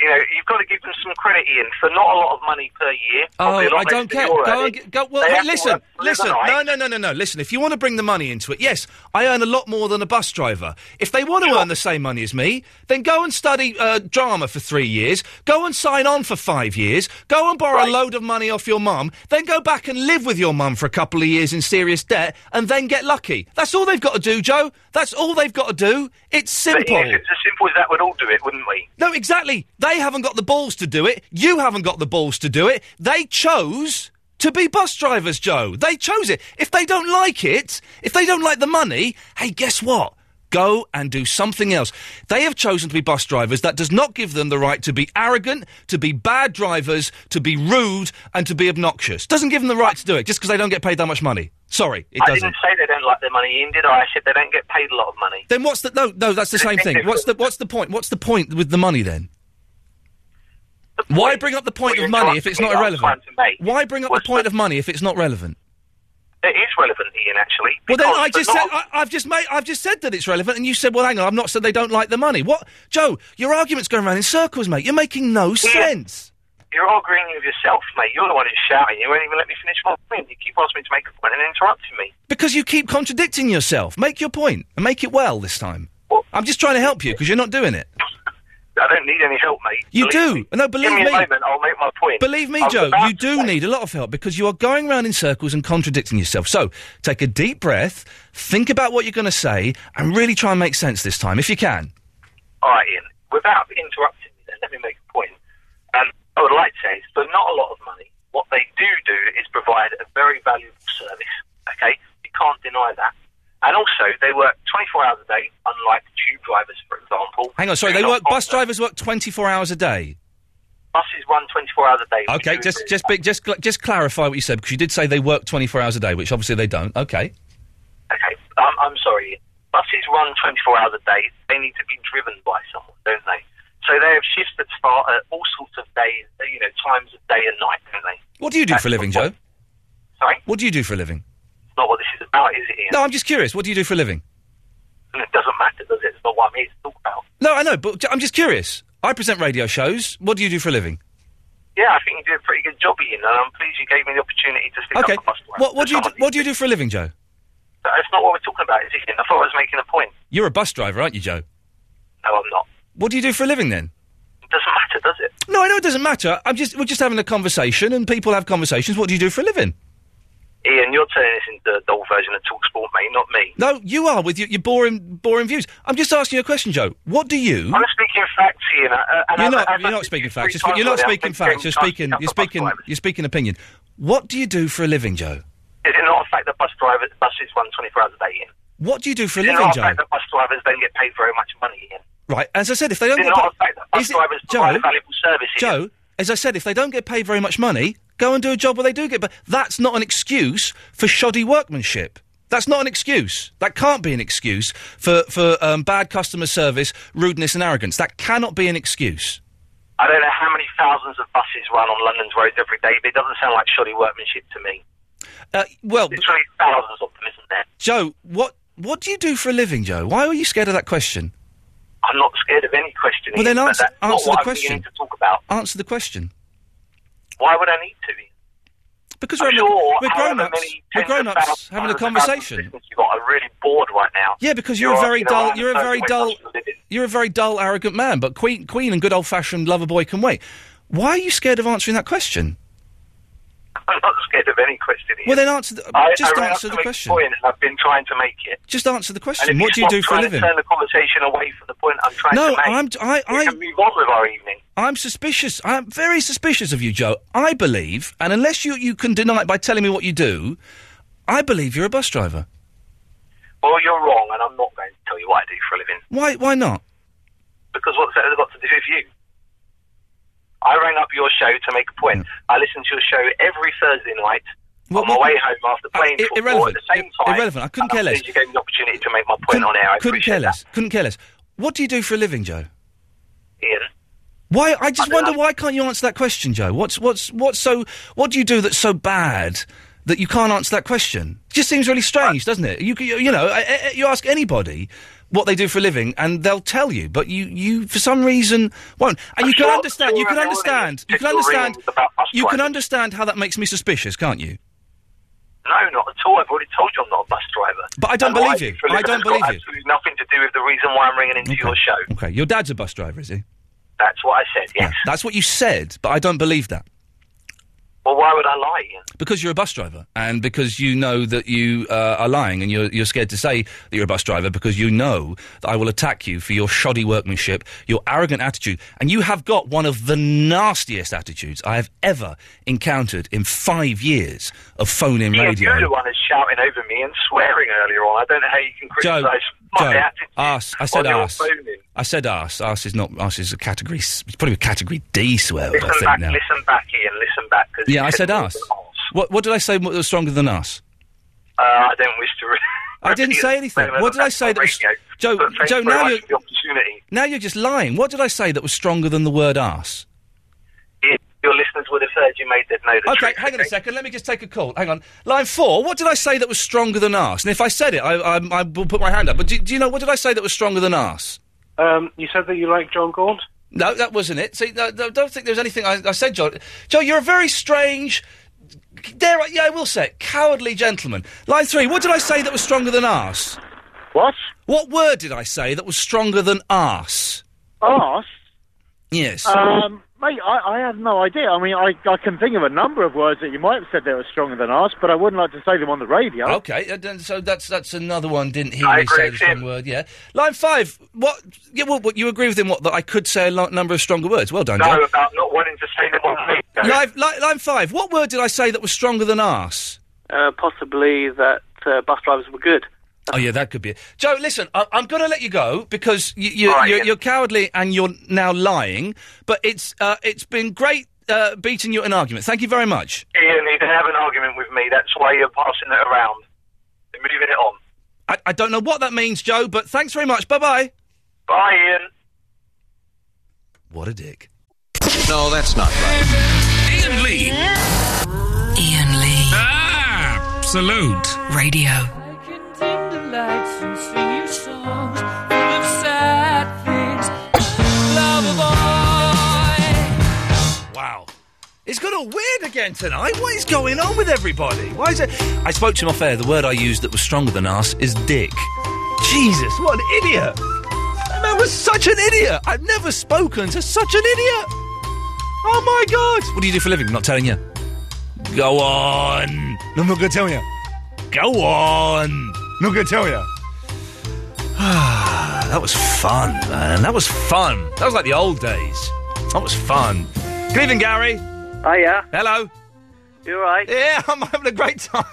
[SPEAKER 20] You know, you've got to give them some credit, Ian, for not a lot of money per year.
[SPEAKER 1] Oh,
[SPEAKER 20] probably a lot
[SPEAKER 1] I
[SPEAKER 20] less
[SPEAKER 1] don't
[SPEAKER 20] than
[SPEAKER 1] care.
[SPEAKER 20] you're
[SPEAKER 1] Go
[SPEAKER 20] earning.
[SPEAKER 1] and get, go, well,
[SPEAKER 20] They
[SPEAKER 1] hey,
[SPEAKER 20] have to
[SPEAKER 1] listen,
[SPEAKER 20] work through the
[SPEAKER 1] listen.
[SPEAKER 20] night.
[SPEAKER 1] No, no, no, no, no. Listen, if you want to bring the money into it, yes, I earn a lot more than a bus driver. If they want to earn the same money as me, then go and study uh, drama for three years. Go and sign on for five years. Go and borrow a load of money off your mum. Then go back and live with your mum for a couple of years in serious debt, and then get lucky. That's all they've got to do, Joe. That's all they've got to do. It's
[SPEAKER 20] But
[SPEAKER 1] simple.
[SPEAKER 20] Ian, if it's as simple as that, we'd all do it, wouldn't we?
[SPEAKER 1] No, exactly. They haven't got the balls to do it. You haven't got the balls to do it. They chose to be bus drivers, Joe. They chose it. If they don't like it, if they don't like the money, hey, guess what? Go and do something else. They have chosen to be bus drivers. That does not give them the right to be arrogant, to be bad drivers, to be rude, and to be obnoxious. Doesn't give them the right to do it just because they don't get paid that much money. Sorry, it
[SPEAKER 20] I
[SPEAKER 1] doesn't.
[SPEAKER 20] didn't say they don't like their money, Ian, did I? I said they don't get paid a lot of money.
[SPEAKER 1] Then what's the no? No, that's the same thing. What's the what's the point? What's the point with the money then? Why bring up the point of money if it's not irrelevant? Why bring up the point of money if it's not relevant?
[SPEAKER 20] It is relevant, Ian, actually.
[SPEAKER 1] Well, then
[SPEAKER 20] because
[SPEAKER 1] I
[SPEAKER 20] the
[SPEAKER 1] just said
[SPEAKER 20] lot of-
[SPEAKER 1] I, I've just made I've just said that it's relevant, and you said, "Well, hang on, I've not said they don't like the money." What, Joe? Your argument's going around in circles, mate. You're making no oh, sense.
[SPEAKER 20] You're arguing with yourself, mate. You're the one who's shouting. You won't even let me finish my point. You keep asking me to make a point and interrupting me.
[SPEAKER 1] Because you keep contradicting yourself. Make your point and make it well this time. I'm just trying to help you because you're not doing it.
[SPEAKER 20] I don't need any help, mate.
[SPEAKER 1] You
[SPEAKER 20] Believe
[SPEAKER 1] do.
[SPEAKER 20] me.
[SPEAKER 1] No, believe
[SPEAKER 20] Give me,
[SPEAKER 1] me.
[SPEAKER 20] a moment. I'll make my point.
[SPEAKER 1] Believe me,
[SPEAKER 20] I was
[SPEAKER 1] Joe,
[SPEAKER 20] about
[SPEAKER 1] you
[SPEAKER 20] to
[SPEAKER 1] do
[SPEAKER 20] say-
[SPEAKER 1] need a lot of help because you are going round in circles and contradicting yourself. So take a deep breath, think about what you're going to say, and really try and make sense this time if you can.
[SPEAKER 20] All right, Ian. Without interrupting me, then, let me make a point. Um, I would like to say, it's for not a lot of money, what they do do is provide a very valuable service. Okay, you can't deny that. And also, they work 24 hours a day, unlike tube drivers, for example.
[SPEAKER 1] Hang on, sorry,
[SPEAKER 20] who
[SPEAKER 1] they
[SPEAKER 20] not
[SPEAKER 1] work.
[SPEAKER 20] on-
[SPEAKER 1] Bus drivers work 24 hours a day.
[SPEAKER 20] buses run 24 hours a day. which
[SPEAKER 1] Okay,
[SPEAKER 20] is
[SPEAKER 1] just
[SPEAKER 20] really
[SPEAKER 1] just be, just cl- just clarify what you said because you did say they work 24 hours a day, which obviously they don't. Okay.
[SPEAKER 20] Okay, I'm, I'm sorry. Buses run 24 hours a day. They need to be driven by someone, don't they? So they have shifts that start at all sorts of days, uh, you know, times of day and night, don't they?
[SPEAKER 1] What do you do for a living, Joe?
[SPEAKER 20] Sorry?
[SPEAKER 1] What do you do for a living?
[SPEAKER 20] It's not what this is about, is it, Ian?
[SPEAKER 1] No, I'm just curious. What do you do for a living?
[SPEAKER 20] And it doesn't matter, does it? It's not what I'm here to talk about.
[SPEAKER 1] No, I know, but j- I'm just curious. I present radio shows. What do you do for a living?
[SPEAKER 20] Yeah, I think you did a pretty good job, Ian, and I'm pleased you gave me the opportunity to speak
[SPEAKER 1] Okay.
[SPEAKER 20] up for bus drivers.
[SPEAKER 1] What what do you do, what do you do for a living, Joe?
[SPEAKER 20] That's not what we're talking about, is it, Ian? I thought I was making a point.
[SPEAKER 1] You're a bus driver, aren't you, Joe?
[SPEAKER 20] No, I'm not.
[SPEAKER 1] What do you do for a living then?
[SPEAKER 20] It doesn't matter, does it?
[SPEAKER 1] No, I know it doesn't matter. I'm just we're just having a conversation, and people have conversations. What do you do for a living?
[SPEAKER 20] Ian, you're turning this into the old version of Talk Sport, mate, not me.
[SPEAKER 1] No, you are with your, your boring boring views. I'm just asking you a question, Joe. What do you?
[SPEAKER 20] I'm speaking facts, Ian. Uh, and
[SPEAKER 1] You're
[SPEAKER 20] I've-
[SPEAKER 1] not.
[SPEAKER 20] I've
[SPEAKER 1] You're not
[SPEAKER 20] actually
[SPEAKER 1] speaking
[SPEAKER 20] three
[SPEAKER 1] facts. You're,
[SPEAKER 20] times
[SPEAKER 1] spe- you're not
[SPEAKER 20] already, I've
[SPEAKER 1] speaking
[SPEAKER 20] been
[SPEAKER 1] facts. You're speaking.
[SPEAKER 20] up
[SPEAKER 1] You're
[SPEAKER 20] for bus
[SPEAKER 1] speaking.
[SPEAKER 20] drivers.
[SPEAKER 1] You're speaking opinion. What do you do for a living, Joe?
[SPEAKER 20] Is it not a fact that bus drivers buses run 24 hours a day, Ian?
[SPEAKER 1] What do you do for a
[SPEAKER 20] Is it
[SPEAKER 1] living,
[SPEAKER 20] not a
[SPEAKER 1] Joe?
[SPEAKER 20] fact that bus drivers don't get paid very much money, Ian?
[SPEAKER 1] Right. As I said, if they don't
[SPEAKER 20] Is it
[SPEAKER 1] get
[SPEAKER 20] not
[SPEAKER 1] pa-
[SPEAKER 20] a fact that bus drivers provide a valuable service, Ian?
[SPEAKER 1] Joe, as I said, if they don't get paid very much money, go and do a job where they do get. But that's not an excuse for shoddy workmanship. That's not an excuse. That can't be an excuse for for um, bad customer service, rudeness, and arrogance. That cannot be an excuse.
[SPEAKER 20] I don't know how many thousands of buses run on London's roads every day, but it doesn't sound like shoddy workmanship to me.
[SPEAKER 1] Uh, well,
[SPEAKER 20] Literally thousands of them, isn't there?
[SPEAKER 1] Joe, what what do you do for a living, Joe? Why were you scared of that question?
[SPEAKER 20] I'm not scared of any question.
[SPEAKER 1] Well,
[SPEAKER 20] Ian,
[SPEAKER 1] then
[SPEAKER 20] but
[SPEAKER 1] answer-
[SPEAKER 20] that's not
[SPEAKER 1] answer
[SPEAKER 20] what
[SPEAKER 1] the
[SPEAKER 20] I'm
[SPEAKER 1] question.
[SPEAKER 20] beginning to talk about.
[SPEAKER 1] Answer the question.
[SPEAKER 20] Why would I need to? Ian?
[SPEAKER 1] Because
[SPEAKER 20] I'm
[SPEAKER 1] we're,
[SPEAKER 20] sure
[SPEAKER 1] we're
[SPEAKER 20] however
[SPEAKER 1] grown ups.
[SPEAKER 20] many
[SPEAKER 1] We're
[SPEAKER 20] tens of
[SPEAKER 1] grown ups
[SPEAKER 20] thousands-
[SPEAKER 1] having a
[SPEAKER 20] hundreds of thousands of
[SPEAKER 1] conversation.
[SPEAKER 20] listeners You got. I'm really bored right now.
[SPEAKER 1] Yeah, because you're, a
[SPEAKER 20] You're-
[SPEAKER 1] very
[SPEAKER 20] you know, I
[SPEAKER 1] dull.
[SPEAKER 20] haven't
[SPEAKER 1] You're a
[SPEAKER 20] spoken
[SPEAKER 1] very
[SPEAKER 20] very
[SPEAKER 1] dull.
[SPEAKER 20] much for a living.
[SPEAKER 1] You're a very dull, arrogant man. But Queen, Queen, and good old fashioned lover boy can wait. Why are you scared of answering that question?
[SPEAKER 20] I'm not scared of any question. Ian.
[SPEAKER 1] Well, then answer the-
[SPEAKER 20] I,
[SPEAKER 1] just
[SPEAKER 20] I ran up to
[SPEAKER 1] answer the
[SPEAKER 20] make a
[SPEAKER 1] question.
[SPEAKER 20] Point and I've been trying to make it.
[SPEAKER 1] Just answer the question.
[SPEAKER 20] And if
[SPEAKER 1] What do you
[SPEAKER 20] stop
[SPEAKER 1] do for a
[SPEAKER 20] trying to
[SPEAKER 1] living?
[SPEAKER 20] Turn the conversation away from the point I'm trying
[SPEAKER 1] No,
[SPEAKER 20] to make.
[SPEAKER 1] I'm- I-
[SPEAKER 20] we
[SPEAKER 1] I-
[SPEAKER 20] can move on with our evening.
[SPEAKER 1] I'm suspicious. I'm very suspicious of you, Joe. I believe, and unless you you can deny it by telling me what you do, I believe you're a bus driver.
[SPEAKER 20] Well, you're wrong, and I'm not going to tell you what I do for a living
[SPEAKER 1] Why? Why not?
[SPEAKER 20] because what's that got to do with you? I rang up your show to make a point. I listen to your show every Thursday night.
[SPEAKER 1] Well,
[SPEAKER 20] on my
[SPEAKER 1] well,
[SPEAKER 20] way home after playing
[SPEAKER 1] Uh, I- i-
[SPEAKER 20] football
[SPEAKER 1] irrelevant.
[SPEAKER 20] at the same time.
[SPEAKER 1] irrelevant. I couldn't
[SPEAKER 20] and I'm
[SPEAKER 1] care less.
[SPEAKER 20] pleased You gave me the opportunity to make my point on air. I
[SPEAKER 1] Couldn't care
[SPEAKER 20] appreciate
[SPEAKER 1] less. Couldn't care less. What do you do for a living, Joe?
[SPEAKER 20] that, Ian.
[SPEAKER 1] Why? I just wonder why can't you answer that question, Joe? What's what's what's so? What do you do that's so bad that you can't answer that question? It just seems really strange, doesn't it? You c- you know, I- I- you ask anybody what they do for a living, and they'll tell you, but you you for some reason won't. And you can
[SPEAKER 20] sure-
[SPEAKER 1] understand. You
[SPEAKER 20] sure
[SPEAKER 1] can
[SPEAKER 20] everyone
[SPEAKER 1] understand.
[SPEAKER 20] is
[SPEAKER 1] You can
[SPEAKER 20] tickle ringing
[SPEAKER 1] understand.
[SPEAKER 20] about bus
[SPEAKER 1] You can
[SPEAKER 20] drivers.
[SPEAKER 1] understand how that makes me suspicious, can't you?
[SPEAKER 20] No, not at all. I've already told you I'm not a bus driver.
[SPEAKER 1] But I don't
[SPEAKER 20] And what
[SPEAKER 1] believe
[SPEAKER 20] do
[SPEAKER 1] you.
[SPEAKER 20] for a
[SPEAKER 1] I
[SPEAKER 20] living
[SPEAKER 1] don't
[SPEAKER 20] has
[SPEAKER 1] believe
[SPEAKER 20] got
[SPEAKER 1] you.
[SPEAKER 20] Absolutely nothing to do with the reason why I'm ringing into your show.
[SPEAKER 1] Okay, your dad's a bus driver, is he?
[SPEAKER 20] That's what I said. Yes.
[SPEAKER 1] That's what you said, but I don't believe that.
[SPEAKER 20] Well, why would I lie? Ian?
[SPEAKER 1] Because you're a bus driver, and because you know that you uh, are lying, and you're, you're scared to say that you're a bus driver, because you know that I will attack you for your shoddy workmanship, your arrogant attitude, and you have got one of the nastiest attitudes I have ever encountered in five years of phone-in
[SPEAKER 20] Ian,
[SPEAKER 1] radio.
[SPEAKER 20] you're the one that's shouting over me and swearing earlier on. I don't know how you can
[SPEAKER 1] Joe,
[SPEAKER 20] criticise my
[SPEAKER 1] Joe,
[SPEAKER 20] attitude
[SPEAKER 1] ass. I said
[SPEAKER 20] on your
[SPEAKER 1] ass.
[SPEAKER 20] phoning.
[SPEAKER 1] I said ass. Ass is not. Ass is a category. s- It's probably a category D swear word. Oh, I
[SPEAKER 20] Listen
[SPEAKER 1] think
[SPEAKER 20] back,
[SPEAKER 1] now.
[SPEAKER 20] listen back, Ian. Listen back. 'cause
[SPEAKER 1] Yeah, I
[SPEAKER 20] you
[SPEAKER 1] said
[SPEAKER 20] more
[SPEAKER 1] ass.
[SPEAKER 20] than
[SPEAKER 1] What, what did I say was stronger than ass?
[SPEAKER 20] Uh, I don't wish to. Re-
[SPEAKER 1] I didn't say anything. What did I say that was- Joe, Joe,
[SPEAKER 20] Joe,
[SPEAKER 1] now
[SPEAKER 20] now
[SPEAKER 1] you're-
[SPEAKER 20] the opportunity.
[SPEAKER 1] Now you're just lying. What did I say that was stronger than the word ass?
[SPEAKER 20] Ian, Your listeners would have heard you made that know the
[SPEAKER 1] Okay,
[SPEAKER 20] truth.
[SPEAKER 1] hang on a second. Let me just take a call. Hang on. Line four. What did I say that was stronger than ass? And if I said it, I, I, I will put my hand up. But do, do you know what did I say that was stronger than ass?
[SPEAKER 21] Um, you said that you like John Gaunt.
[SPEAKER 1] No, that wasn't it. See, no, no, don't think there was anything I, I said, Joe. Joe, you're a very strange. Dare I, yeah, I will say it. Cowardly gentleman. Line three. What did I say that was stronger than ass?
[SPEAKER 21] What?
[SPEAKER 1] What word did I say that was stronger than ass?
[SPEAKER 21] Arse?
[SPEAKER 1] Yes.
[SPEAKER 22] Oh, Um, mate, I, I have no idea. I mean, I, I can think of a number of words that you might have said that were stronger than us, but I wouldn't like to say them on the radio.
[SPEAKER 1] Okay, uh, then- so that's that's another one. Didn't hear
[SPEAKER 22] I
[SPEAKER 1] me
[SPEAKER 22] agree
[SPEAKER 1] say the
[SPEAKER 22] with
[SPEAKER 1] strong word. Yeah, line five. What? Yeah, well, what, you agree with him? What that I could say a lo- number of stronger words. Well done,
[SPEAKER 20] No,
[SPEAKER 1] John.
[SPEAKER 20] about not wanting to say them on me.
[SPEAKER 1] Live, li- line five. What word did I say that was stronger than arse?
[SPEAKER 12] Uh, possibly that uh, bus drivers were good.
[SPEAKER 1] Oh yeah, that could be it. Joe, listen, I- I'm going to let you go because you, you, you're, you're cowardly and you're now lying. But it's uh, it's been great uh, beating you at an argument. Thank you very much.
[SPEAKER 20] Ian, you can have an argument with me. That's why you're passing it around. You're moving it on.
[SPEAKER 1] I, I don't know what that means, Joe, but thanks very much. Bye bye.
[SPEAKER 20] Bye, Ian.
[SPEAKER 1] What a dick.
[SPEAKER 9] No, that's not right.
[SPEAKER 15] Ian Lee.
[SPEAKER 11] Ian Lee.
[SPEAKER 15] Ah, salute.
[SPEAKER 11] Radio.
[SPEAKER 23] Dim the lights and sing you songs full of sad things. Love of
[SPEAKER 1] Wow. It's got all weird again tonight. What is going on with everybody? Why is it? I spoke to him off air. The word I used that was stronger than us is dick. Jesus, what an idiot! That man was such an idiot. I've never spoken to such an idiot. Oh my god! What do you do for a living? I'm not telling you. Go on. I'm not going to tell you. Go on. not going to tell you. that was fun, man. That was fun. That was like the old days. That was fun. Good evening, Gary.
[SPEAKER 12] Hiya.
[SPEAKER 1] Hello.
[SPEAKER 12] You alright?
[SPEAKER 1] Yeah, I'm having a great time.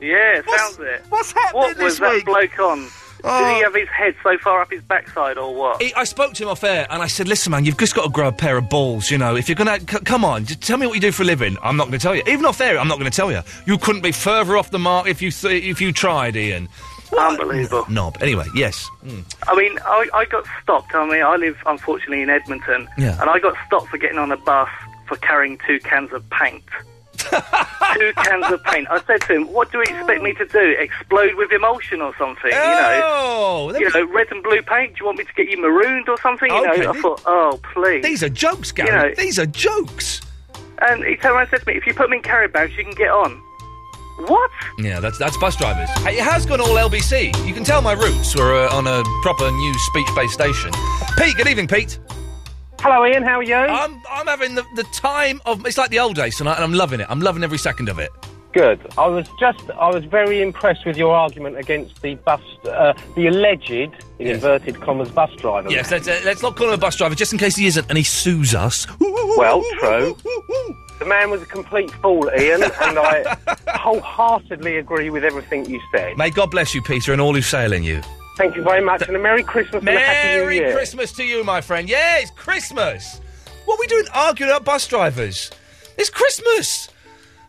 [SPEAKER 12] Yeah, sounds it.
[SPEAKER 1] What's happening
[SPEAKER 12] What
[SPEAKER 1] this
[SPEAKER 12] was that
[SPEAKER 1] week?
[SPEAKER 12] bloke on? Did
[SPEAKER 1] Oh.
[SPEAKER 12] he have his head so far up his backside or what?
[SPEAKER 1] He- I spoke to him off air and I said, listen, man, you've just got to grow a pair of balls, you know. If you're going to, c- come on, just tell me what you do for a living. I'm not going to tell you. Even off air, I'm not going to tell you. You couldn't be further off the mark if you th- if you tried, Ian. Unbelievable. Knob. Anyway, yes. Mm.
[SPEAKER 12] I mean, I, I got stopped. I mean, I live unfortunately in Edmonton,
[SPEAKER 1] Yeah.
[SPEAKER 12] and I got stopped for getting on a bus for carrying two cans of paint. two cans of paint. I said to him, "What do you expect me to do? Explode with emulsion or something?
[SPEAKER 1] Oh,
[SPEAKER 12] you know, you know, red and blue paint. Do you want me to get you marooned or something? You
[SPEAKER 1] Okay,
[SPEAKER 12] know." I
[SPEAKER 1] these-
[SPEAKER 12] thought, "Oh, please."
[SPEAKER 1] These are jokes, Gary.
[SPEAKER 12] You know-
[SPEAKER 1] These are jokes.
[SPEAKER 12] And he turned around and said to me, "If you put me in carrier bags, you can get on." What?
[SPEAKER 1] Yeah, that's that's bus drivers. It has gone all LBC. You can tell my roots were uh, on a proper new speech-based station. Pete, good evening, Pete.
[SPEAKER 12] Hello, Ian. How are you?
[SPEAKER 1] I'm I'm having the, the time of. It's like the old days tonight, and I'm loving it. I'm loving every second of it.
[SPEAKER 12] Good.
[SPEAKER 21] I was just, I was very impressed with your argument against the bus, uh, the alleged, in inverted commas, bus driver.
[SPEAKER 1] Yes, let's, uh, let's not call him a bus driver just in case he isn't, and he sues us.
[SPEAKER 21] Well, true. The man was a complete fool, Ian, and I wholeheartedly agree with everything you said.
[SPEAKER 1] May God bless you, Peter, and all who sail in you.
[SPEAKER 21] Thank you very much, and a Merry Christmas and a Happy New
[SPEAKER 1] Merry
[SPEAKER 21] Year.
[SPEAKER 1] Christmas to you, my friend. Yeah, it's Christmas. What are we doing arguing about bus drivers? It's Christmas.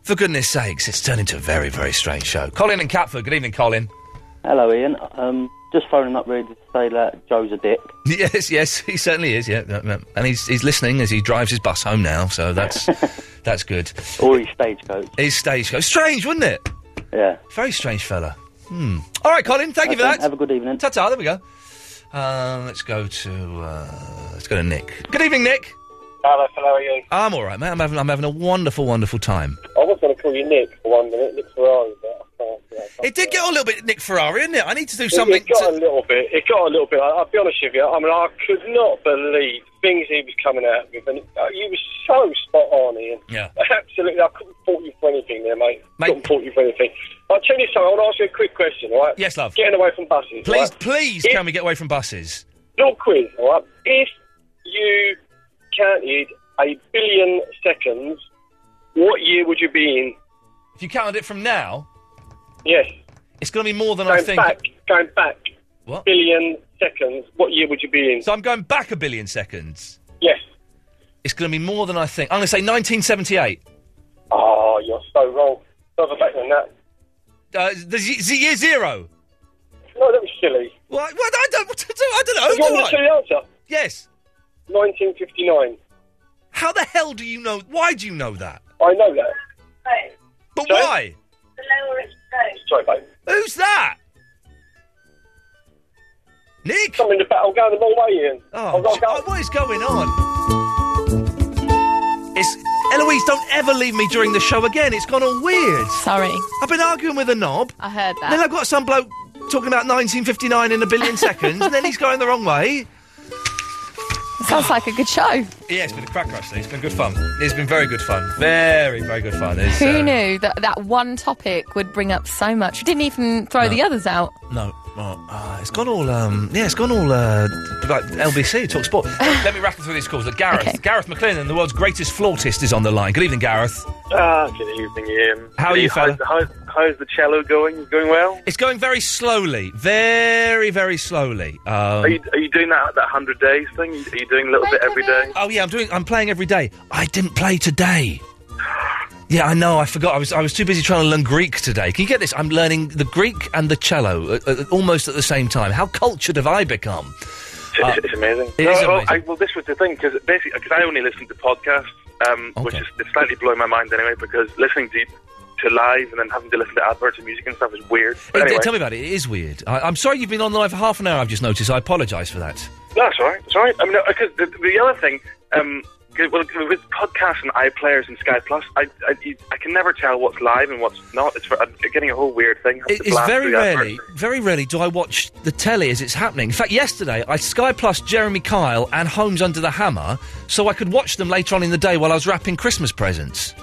[SPEAKER 1] For goodness sakes, it's turned into a very, very strange show. Colin and Catford, good evening, Colin.
[SPEAKER 24] Hello, Ian. Um, just phoning up really to say that Joe's a dick.
[SPEAKER 1] Yes, yes, he certainly is. Yeah, yeah, yeah. and he's he's listening as he drives his bus home now. So that's that's good.
[SPEAKER 24] Or his stagecoach.
[SPEAKER 1] His stagecoach. Strange, wouldn't it?
[SPEAKER 24] Yeah.
[SPEAKER 1] Very strange fella. Hmm. All right, Colin. Thank you for
[SPEAKER 24] Okay,
[SPEAKER 1] that.
[SPEAKER 24] have a good e- evening.
[SPEAKER 1] Ta ta. There we go. Um, let's go to uh, let's go to Nick. Good evening, Nick.
[SPEAKER 8] Hello, how are you?
[SPEAKER 1] I'm all right, mate. I'm having I'm having a wonderful, wonderful time.
[SPEAKER 8] I was going to call you Nick for one minute, Nick Ferrari, but I can't. Yeah, I can't.
[SPEAKER 1] It did get a little bit Nick Ferrari, didn't it? I need to do something.
[SPEAKER 8] It, it got a little bit. It got a little bit. I, I'll be honest with you. I mean, I could not believe things he was coming out with, and uh, you were so spot on, Ian.
[SPEAKER 1] Yeah.
[SPEAKER 8] Absolutely, I couldn't fault you for anything there, mate.
[SPEAKER 1] Mate.
[SPEAKER 8] Couldn't fault you for anything. I'll tell you something. I want to ask you a quick question, all right?
[SPEAKER 1] Yes, love.
[SPEAKER 8] Getting away from buses.
[SPEAKER 1] Please,
[SPEAKER 8] right?
[SPEAKER 1] please,
[SPEAKER 8] If-
[SPEAKER 1] can we get away from buses?
[SPEAKER 8] Little quiz, all right? If you counted a billion seconds, what year would you be in?
[SPEAKER 1] If you counted it from now,
[SPEAKER 8] Yes.
[SPEAKER 1] it's going to be more than I
[SPEAKER 8] Going
[SPEAKER 1] think.
[SPEAKER 8] back, going back.
[SPEAKER 1] What?
[SPEAKER 8] Billion seconds. What year would you be in?
[SPEAKER 1] So I'm going back a billion seconds.
[SPEAKER 8] Yes.
[SPEAKER 1] It's going to be more than I think. I'm going to say 1978.
[SPEAKER 8] Oh, you're so wrong. Further back than that.
[SPEAKER 1] Uh, the, z- z- year zero.
[SPEAKER 8] No, that was silly.
[SPEAKER 1] What? what I don't. I don't know.
[SPEAKER 8] You want
[SPEAKER 1] do
[SPEAKER 8] me
[SPEAKER 1] I?
[SPEAKER 8] to tell you the answer?
[SPEAKER 1] Yes.
[SPEAKER 8] 1959.
[SPEAKER 1] How the hell do you know? Why do you know that?
[SPEAKER 8] I know that.
[SPEAKER 1] But why?
[SPEAKER 8] Sorry, mate.
[SPEAKER 1] Who's that? Nick.
[SPEAKER 8] I'm in the battle. Going the wrong way, Ian.
[SPEAKER 1] Oh, j- oh, what is going on? It's Eloise. Don't ever leave me during the show again. It's gone all weird.
[SPEAKER 3] Sorry.
[SPEAKER 1] I've been arguing with a knob.
[SPEAKER 3] I heard that.
[SPEAKER 1] Then I've got some bloke talking about 1959 in a billion seconds, and then he's going the wrong way.
[SPEAKER 3] Sounds like a good show.
[SPEAKER 1] Yeah, it's been a cracker actually. It's been good fun. It's been very good fun. Very, very good fun. It's,
[SPEAKER 3] Who
[SPEAKER 1] uh,
[SPEAKER 3] knew that that one topic would bring up so much? We didn't even throw
[SPEAKER 1] No.
[SPEAKER 3] the others out.
[SPEAKER 1] No, oh, uh, it's gone all. Um, yeah, it's gone all uh, like LBC Talk Sport. let, let me rattle through these calls. Look, Gareth, Gareth McLennan, the world's greatest flautist, is on the line. Good evening, Gareth.
[SPEAKER 2] Ah, good evening, Ian.
[SPEAKER 1] How are
[SPEAKER 2] Good
[SPEAKER 1] you,
[SPEAKER 2] evening.
[SPEAKER 1] fella?
[SPEAKER 2] How's, how's, how's the cello going? Going well?
[SPEAKER 1] It's going very slowly, very, very slowly. Um,
[SPEAKER 2] are, you, are you doing that that hundred days thing? Are you doing a little bit every day?
[SPEAKER 1] Oh yeah, I'm doing. I'm playing every day. I didn't play today. Yeah, I know. I forgot. I was. I was too busy trying to learn Greek today. Can you get this? I'm learning the Greek and the cello at, at, almost at the same time. How cultured have I become?
[SPEAKER 2] It's,
[SPEAKER 1] Uh,
[SPEAKER 2] it's, it's amazing.
[SPEAKER 1] it
[SPEAKER 2] No,
[SPEAKER 1] is
[SPEAKER 2] well,
[SPEAKER 1] amazing.
[SPEAKER 2] I, well, this was the thing because basically, because I only listen to podcasts, um, which is it's slightly blowing my mind anyway. Because listening to to live and then having to listen to adverts and music and stuff is weird. But
[SPEAKER 1] Hey, d-
[SPEAKER 2] anyway,
[SPEAKER 1] Tell me about it. It is weird. I, I'm sorry you've been on the line for half an hour. I've just noticed. I apologise for that.
[SPEAKER 2] No, it's all right. It's all right. I mean, because the, the other thing, um, 'cause, well, with podcasts and iPlayers and Sky Plus, I, I, you- I can never tell what's live and what's not. It's for, I'm getting a whole weird thing. I have
[SPEAKER 1] It-
[SPEAKER 2] to
[SPEAKER 1] it's
[SPEAKER 2] blast
[SPEAKER 1] very
[SPEAKER 2] through that
[SPEAKER 1] rarely, very rarely do I watch the telly as it's happening. In fact, yesterday I Sky Plus Jeremy Kyle and Holmes Under the Hammer, so I could watch them later on in the day while I was wrapping Christmas presents.
[SPEAKER 2] first.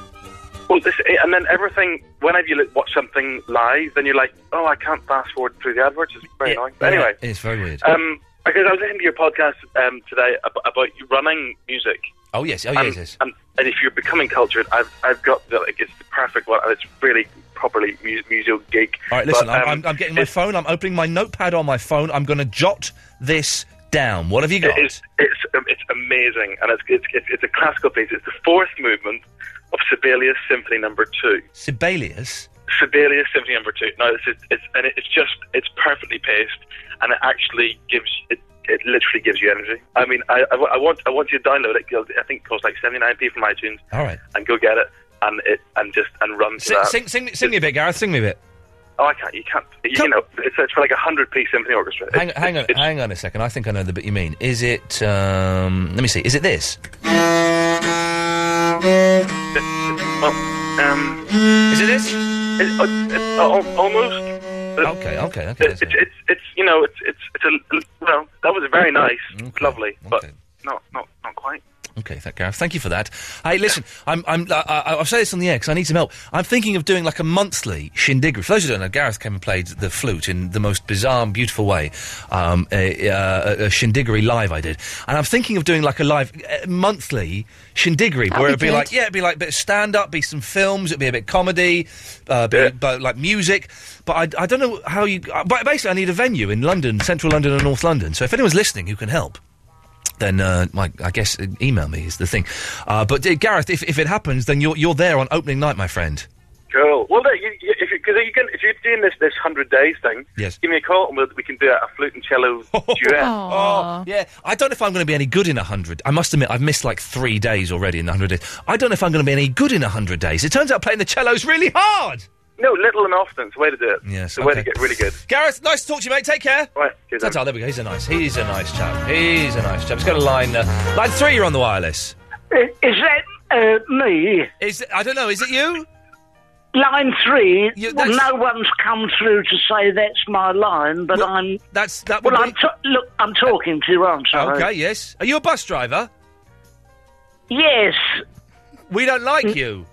[SPEAKER 2] Well, this, eh, and then everything. Whenever you look, watch something live, then you're like, oh, I can't fast forward through the adverts. It's very annoying. But anyway,
[SPEAKER 1] Yeah, it's very weird.
[SPEAKER 2] um, because I was listening to your podcast um, today ab- about you running music.
[SPEAKER 1] oh yes, oh
[SPEAKER 2] and,
[SPEAKER 1] yes, yes.
[SPEAKER 2] And, and if you're becoming cultured, I've, I've got the, like, it's the perfect one, and it's really properly mu- musical geek.
[SPEAKER 1] All right, listen,
[SPEAKER 2] But,
[SPEAKER 1] I'm,
[SPEAKER 2] um,
[SPEAKER 1] I'm, I'm getting my phone. I'm opening my notepad on my phone. I'm going to jot this down. What have you got?
[SPEAKER 2] It is, it's, um, it's amazing, and it's, it's, it's, it's a classical piece. It's the fourth movement of Sibelius Symphony Number Two.
[SPEAKER 1] Sibelius.
[SPEAKER 2] Sibelius Symphony Number Two. Now, it's, it's, it's and it's just it's perfectly paced, and it actually gives it. It literally gives you energy. I mean, I, I, wa- I want I want you to download it. 'cause I think it costs like seventy nine p from iTunes,
[SPEAKER 1] All right.
[SPEAKER 2] and go get it, and it and just and run to
[SPEAKER 1] Sing,
[SPEAKER 2] that.
[SPEAKER 1] sing, sing, me- sing me a bit, Gareth. Sing me a bit.
[SPEAKER 2] Oh, I can't. You can't. You know, it's, it's for like a hundred piece symphony orchestra. It's-
[SPEAKER 1] Hang, hang on, hang on a second. I think I know the bit you mean. Is it? Um, let me see. Is it this?
[SPEAKER 2] Well, um,
[SPEAKER 1] is it this?
[SPEAKER 2] It, uh, it, al- almost.
[SPEAKER 1] Okay, okay, okay.
[SPEAKER 2] It's, it's, it's you know, it's, it's, it's a, well, that was very nice, lovely, but not, not, not quite.
[SPEAKER 1] Okay, thank Gareth. Thank you for that. Hey, listen, I'm, I'm, I, I, I'll say this on the air because I need some help. I'm thinking of doing like a monthly shindig. For those who don't know, Gareth came and played the flute in the most bizarre, and beautiful way. Um, a, uh, a shindigery live I did, and I'm thinking of doing like a live uh, monthly shindigery
[SPEAKER 6] That'd
[SPEAKER 1] where
[SPEAKER 6] be
[SPEAKER 1] it'd be
[SPEAKER 6] good.
[SPEAKER 1] like, yeah, it'd be like a bit of stand up, be some films, it'd be a bit comedy, uh, be but like music. But I, I don't know how you. uh, But basically, I need a venue in London, central London, and North London. So if anyone's listening who can help then uh, my, I guess uh, email me is the thing. Uh, but uh, Gareth, if, if it happens, then you're you're there on opening night, my friend.
[SPEAKER 2] Cool. Well, look, you, you, if, you, cause you can, if you're doing this, this 100 days thing,
[SPEAKER 1] Yes.
[SPEAKER 2] give me a call and we'll, we can do a flute and cello duet.
[SPEAKER 1] Oh, yeah. I don't know if I'm going to be any good in a hundred. I must admit, I've missed like three days already in a hundred days. I don't know if I'm going to be any good in a hundred days. It turns out playing the cello's really hard.
[SPEAKER 2] No, little and often. It's the way to do it.
[SPEAKER 1] Yes,
[SPEAKER 2] It's the way to
[SPEAKER 1] okay.
[SPEAKER 2] get really good.
[SPEAKER 1] Gareth, nice to talk to you, mate. Take care.
[SPEAKER 2] Right. Cheers,
[SPEAKER 1] That's how. There we go. He's a nice. He's a nice chap. He's a nice chap. Let's go to line uh, line three. You're on the wireless.
[SPEAKER 25] Is that uh, me?
[SPEAKER 1] Is I don't know. Is it you?
[SPEAKER 25] Line three. well,
[SPEAKER 1] that's-
[SPEAKER 25] no one's come through to say that's my line, but I'm.
[SPEAKER 1] That's that.
[SPEAKER 25] Well, I'm ta- look. I'm talking to you. I'm sorry.
[SPEAKER 1] Okay. Yes. Are you a bus driver?
[SPEAKER 25] Yes.
[SPEAKER 1] We don't like you.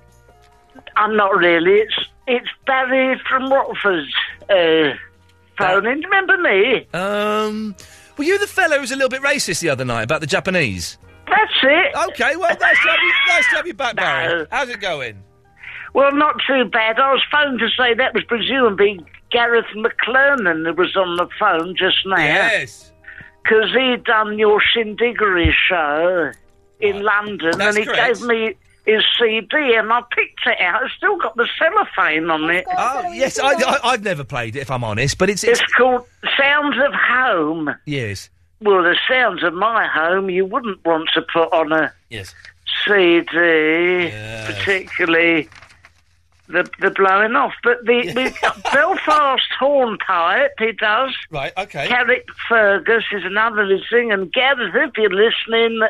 [SPEAKER 25] I'm not really. It's it's Barry from Watford. Uh, phoning. Do you remember me?
[SPEAKER 1] Um. Were you the fellow who was a little bit racist the other night about the Japanese?
[SPEAKER 25] That's it.
[SPEAKER 1] Okay, well, nice to have you, nice to have you back, Barry. How's it going?
[SPEAKER 25] Well, not too bad. I was phoned to say that was presumably Gareth McClernand who was on the phone just now.
[SPEAKER 1] Yes.
[SPEAKER 25] Because he done your Shindigery show in London
[SPEAKER 1] That's
[SPEAKER 25] and he
[SPEAKER 1] correct.
[SPEAKER 25] gave me his CD and I picked it out. It's still got the cellophane on it.
[SPEAKER 1] Oh, yes, I, I, I've never played it, if I'm honest, but it's
[SPEAKER 25] It's
[SPEAKER 1] it's
[SPEAKER 25] called Sounds of Home.
[SPEAKER 1] yes,
[SPEAKER 25] Well, the sounds of my home you wouldn't want to put on a
[SPEAKER 1] yes.
[SPEAKER 25] CD, particularly the the blowing off. But the we've got Belfast Hornpipe, he does.
[SPEAKER 1] Right, okay.
[SPEAKER 25] Carrick Fergus is another who's singing. Gareth, if you're listening,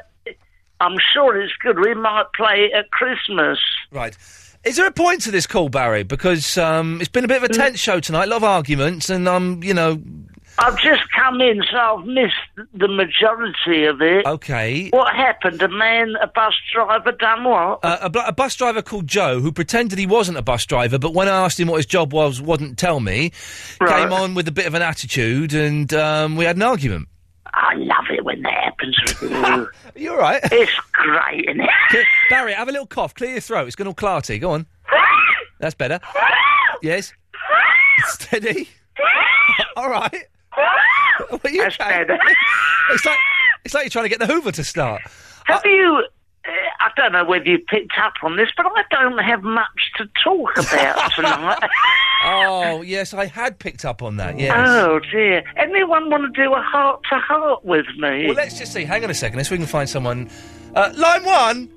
[SPEAKER 25] I'm sure it's good. We might play it at Christmas.
[SPEAKER 1] Right. Is there a point to
[SPEAKER 25] Mm.
[SPEAKER 1] this call, Barry? Because um, it's been a bit of a tense show tonight, a lot of arguments, and I'm, you know,
[SPEAKER 25] I've just come in, so I've missed the majority of it.
[SPEAKER 1] Okay.
[SPEAKER 25] What happened? A man, a bus driver, done what?
[SPEAKER 1] Uh, a, bl- a bus driver called Joe, who pretended he wasn't a bus driver, but when I asked him what his job was, wouldn't tell me.
[SPEAKER 25] Right.
[SPEAKER 1] Came on with a bit of an attitude, and um, we had an argument.
[SPEAKER 25] I love it when that happens with you.
[SPEAKER 1] you all right?
[SPEAKER 25] It's great, isn't it?
[SPEAKER 1] Clear- Barry, have a little cough. Clear your throat. It's going all clarty. Go on. That's better. yes. Steady. all right. what are you trying- it's like it's like you're trying to get the Hoover to start.
[SPEAKER 25] Have you? Uh, I don't know whether you picked up on this, but I don't have much to talk about tonight.
[SPEAKER 1] Oh yes, I had picked up on that. Yes.
[SPEAKER 25] Oh dear! Anyone want to do a heart to heart with me?
[SPEAKER 1] Well, let's just see. Hang on a second. Let's see if we can find someone. Uh, line one.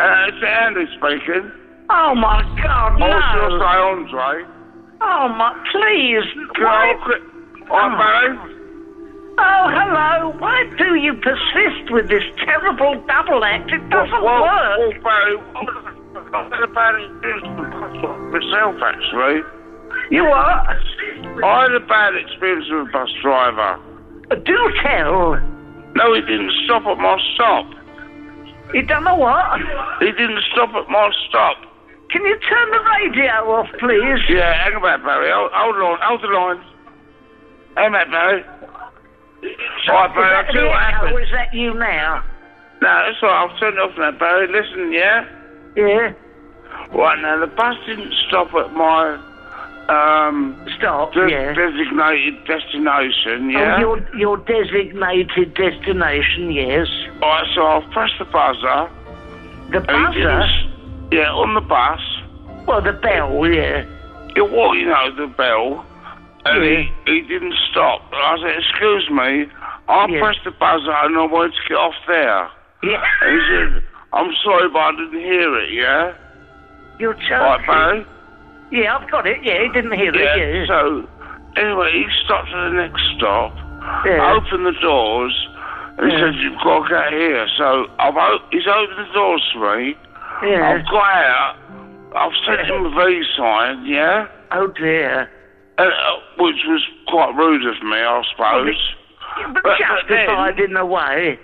[SPEAKER 9] Uh, it's Andy speaking.
[SPEAKER 25] Oh my God!
[SPEAKER 9] What's
[SPEAKER 1] Oh,
[SPEAKER 9] your
[SPEAKER 25] No!
[SPEAKER 9] say, Andre?
[SPEAKER 25] Oh my! Please, why?
[SPEAKER 9] All right,
[SPEAKER 25] oh. oh hello! Why do you persist with this terrible double act? It doesn't
[SPEAKER 9] well,
[SPEAKER 25] work.
[SPEAKER 9] I'm not about it
[SPEAKER 8] Oh,
[SPEAKER 9] myself, actually.
[SPEAKER 25] You are?
[SPEAKER 9] I had a bad experience with a bus driver.
[SPEAKER 25] Uh, Do tell.
[SPEAKER 9] No, he didn't stop at my stop.
[SPEAKER 25] You don't know what?
[SPEAKER 9] He didn't stop at my stop.
[SPEAKER 25] Can you turn the radio off, please?
[SPEAKER 9] Yeah, hang about, Barry. Hold, hold on, hold the line. Hang about, Barry. All right, Barry, I'll
[SPEAKER 25] is, that
[SPEAKER 9] tell you
[SPEAKER 25] it
[SPEAKER 9] what
[SPEAKER 25] now?
[SPEAKER 9] happened.
[SPEAKER 25] Is that you now?
[SPEAKER 9] No, that's all right. I've turned it off now, Barry. Listen, yeah?
[SPEAKER 25] Yeah.
[SPEAKER 9] Right, now, the bus didn't stop at my, um...
[SPEAKER 25] Stop,
[SPEAKER 9] de-
[SPEAKER 25] yeah.
[SPEAKER 9] Designated destination, yeah?
[SPEAKER 25] Oh, your your designated destination, yes.
[SPEAKER 9] All right, so I've pressed the buzzer.
[SPEAKER 25] The
[SPEAKER 9] And
[SPEAKER 25] buzzer?
[SPEAKER 9] he didn't- yeah, on the bus.
[SPEAKER 25] Well, the bell, yeah.
[SPEAKER 9] Yeah, well, you know, the bell. And he, he didn't stop. And I said, excuse me, I
[SPEAKER 25] Yeah.
[SPEAKER 9] pressed the buzzer and I wanted to get off there.
[SPEAKER 25] Yeah.
[SPEAKER 9] And he said, I'm sorry, but I didn't hear it, yeah?
[SPEAKER 25] You're
[SPEAKER 9] Right,
[SPEAKER 25] joking.
[SPEAKER 9] Barry?
[SPEAKER 25] yeah, I've got it. Yeah, he didn't hear
[SPEAKER 9] Yeah,
[SPEAKER 25] it. Yeah.
[SPEAKER 9] so, anyway, he stopped at the next stop,
[SPEAKER 25] Yeah.
[SPEAKER 9] opened the doors, and he
[SPEAKER 25] Yeah.
[SPEAKER 9] said, you've got to get here. So, I've o- he's opened the doors for me.
[SPEAKER 25] Yeah.
[SPEAKER 9] I've got out, I've sent him a V sign, yeah?
[SPEAKER 25] Oh, dear.
[SPEAKER 9] Uh, uh, which was quite rude of me, I suppose.
[SPEAKER 25] But justified in a way.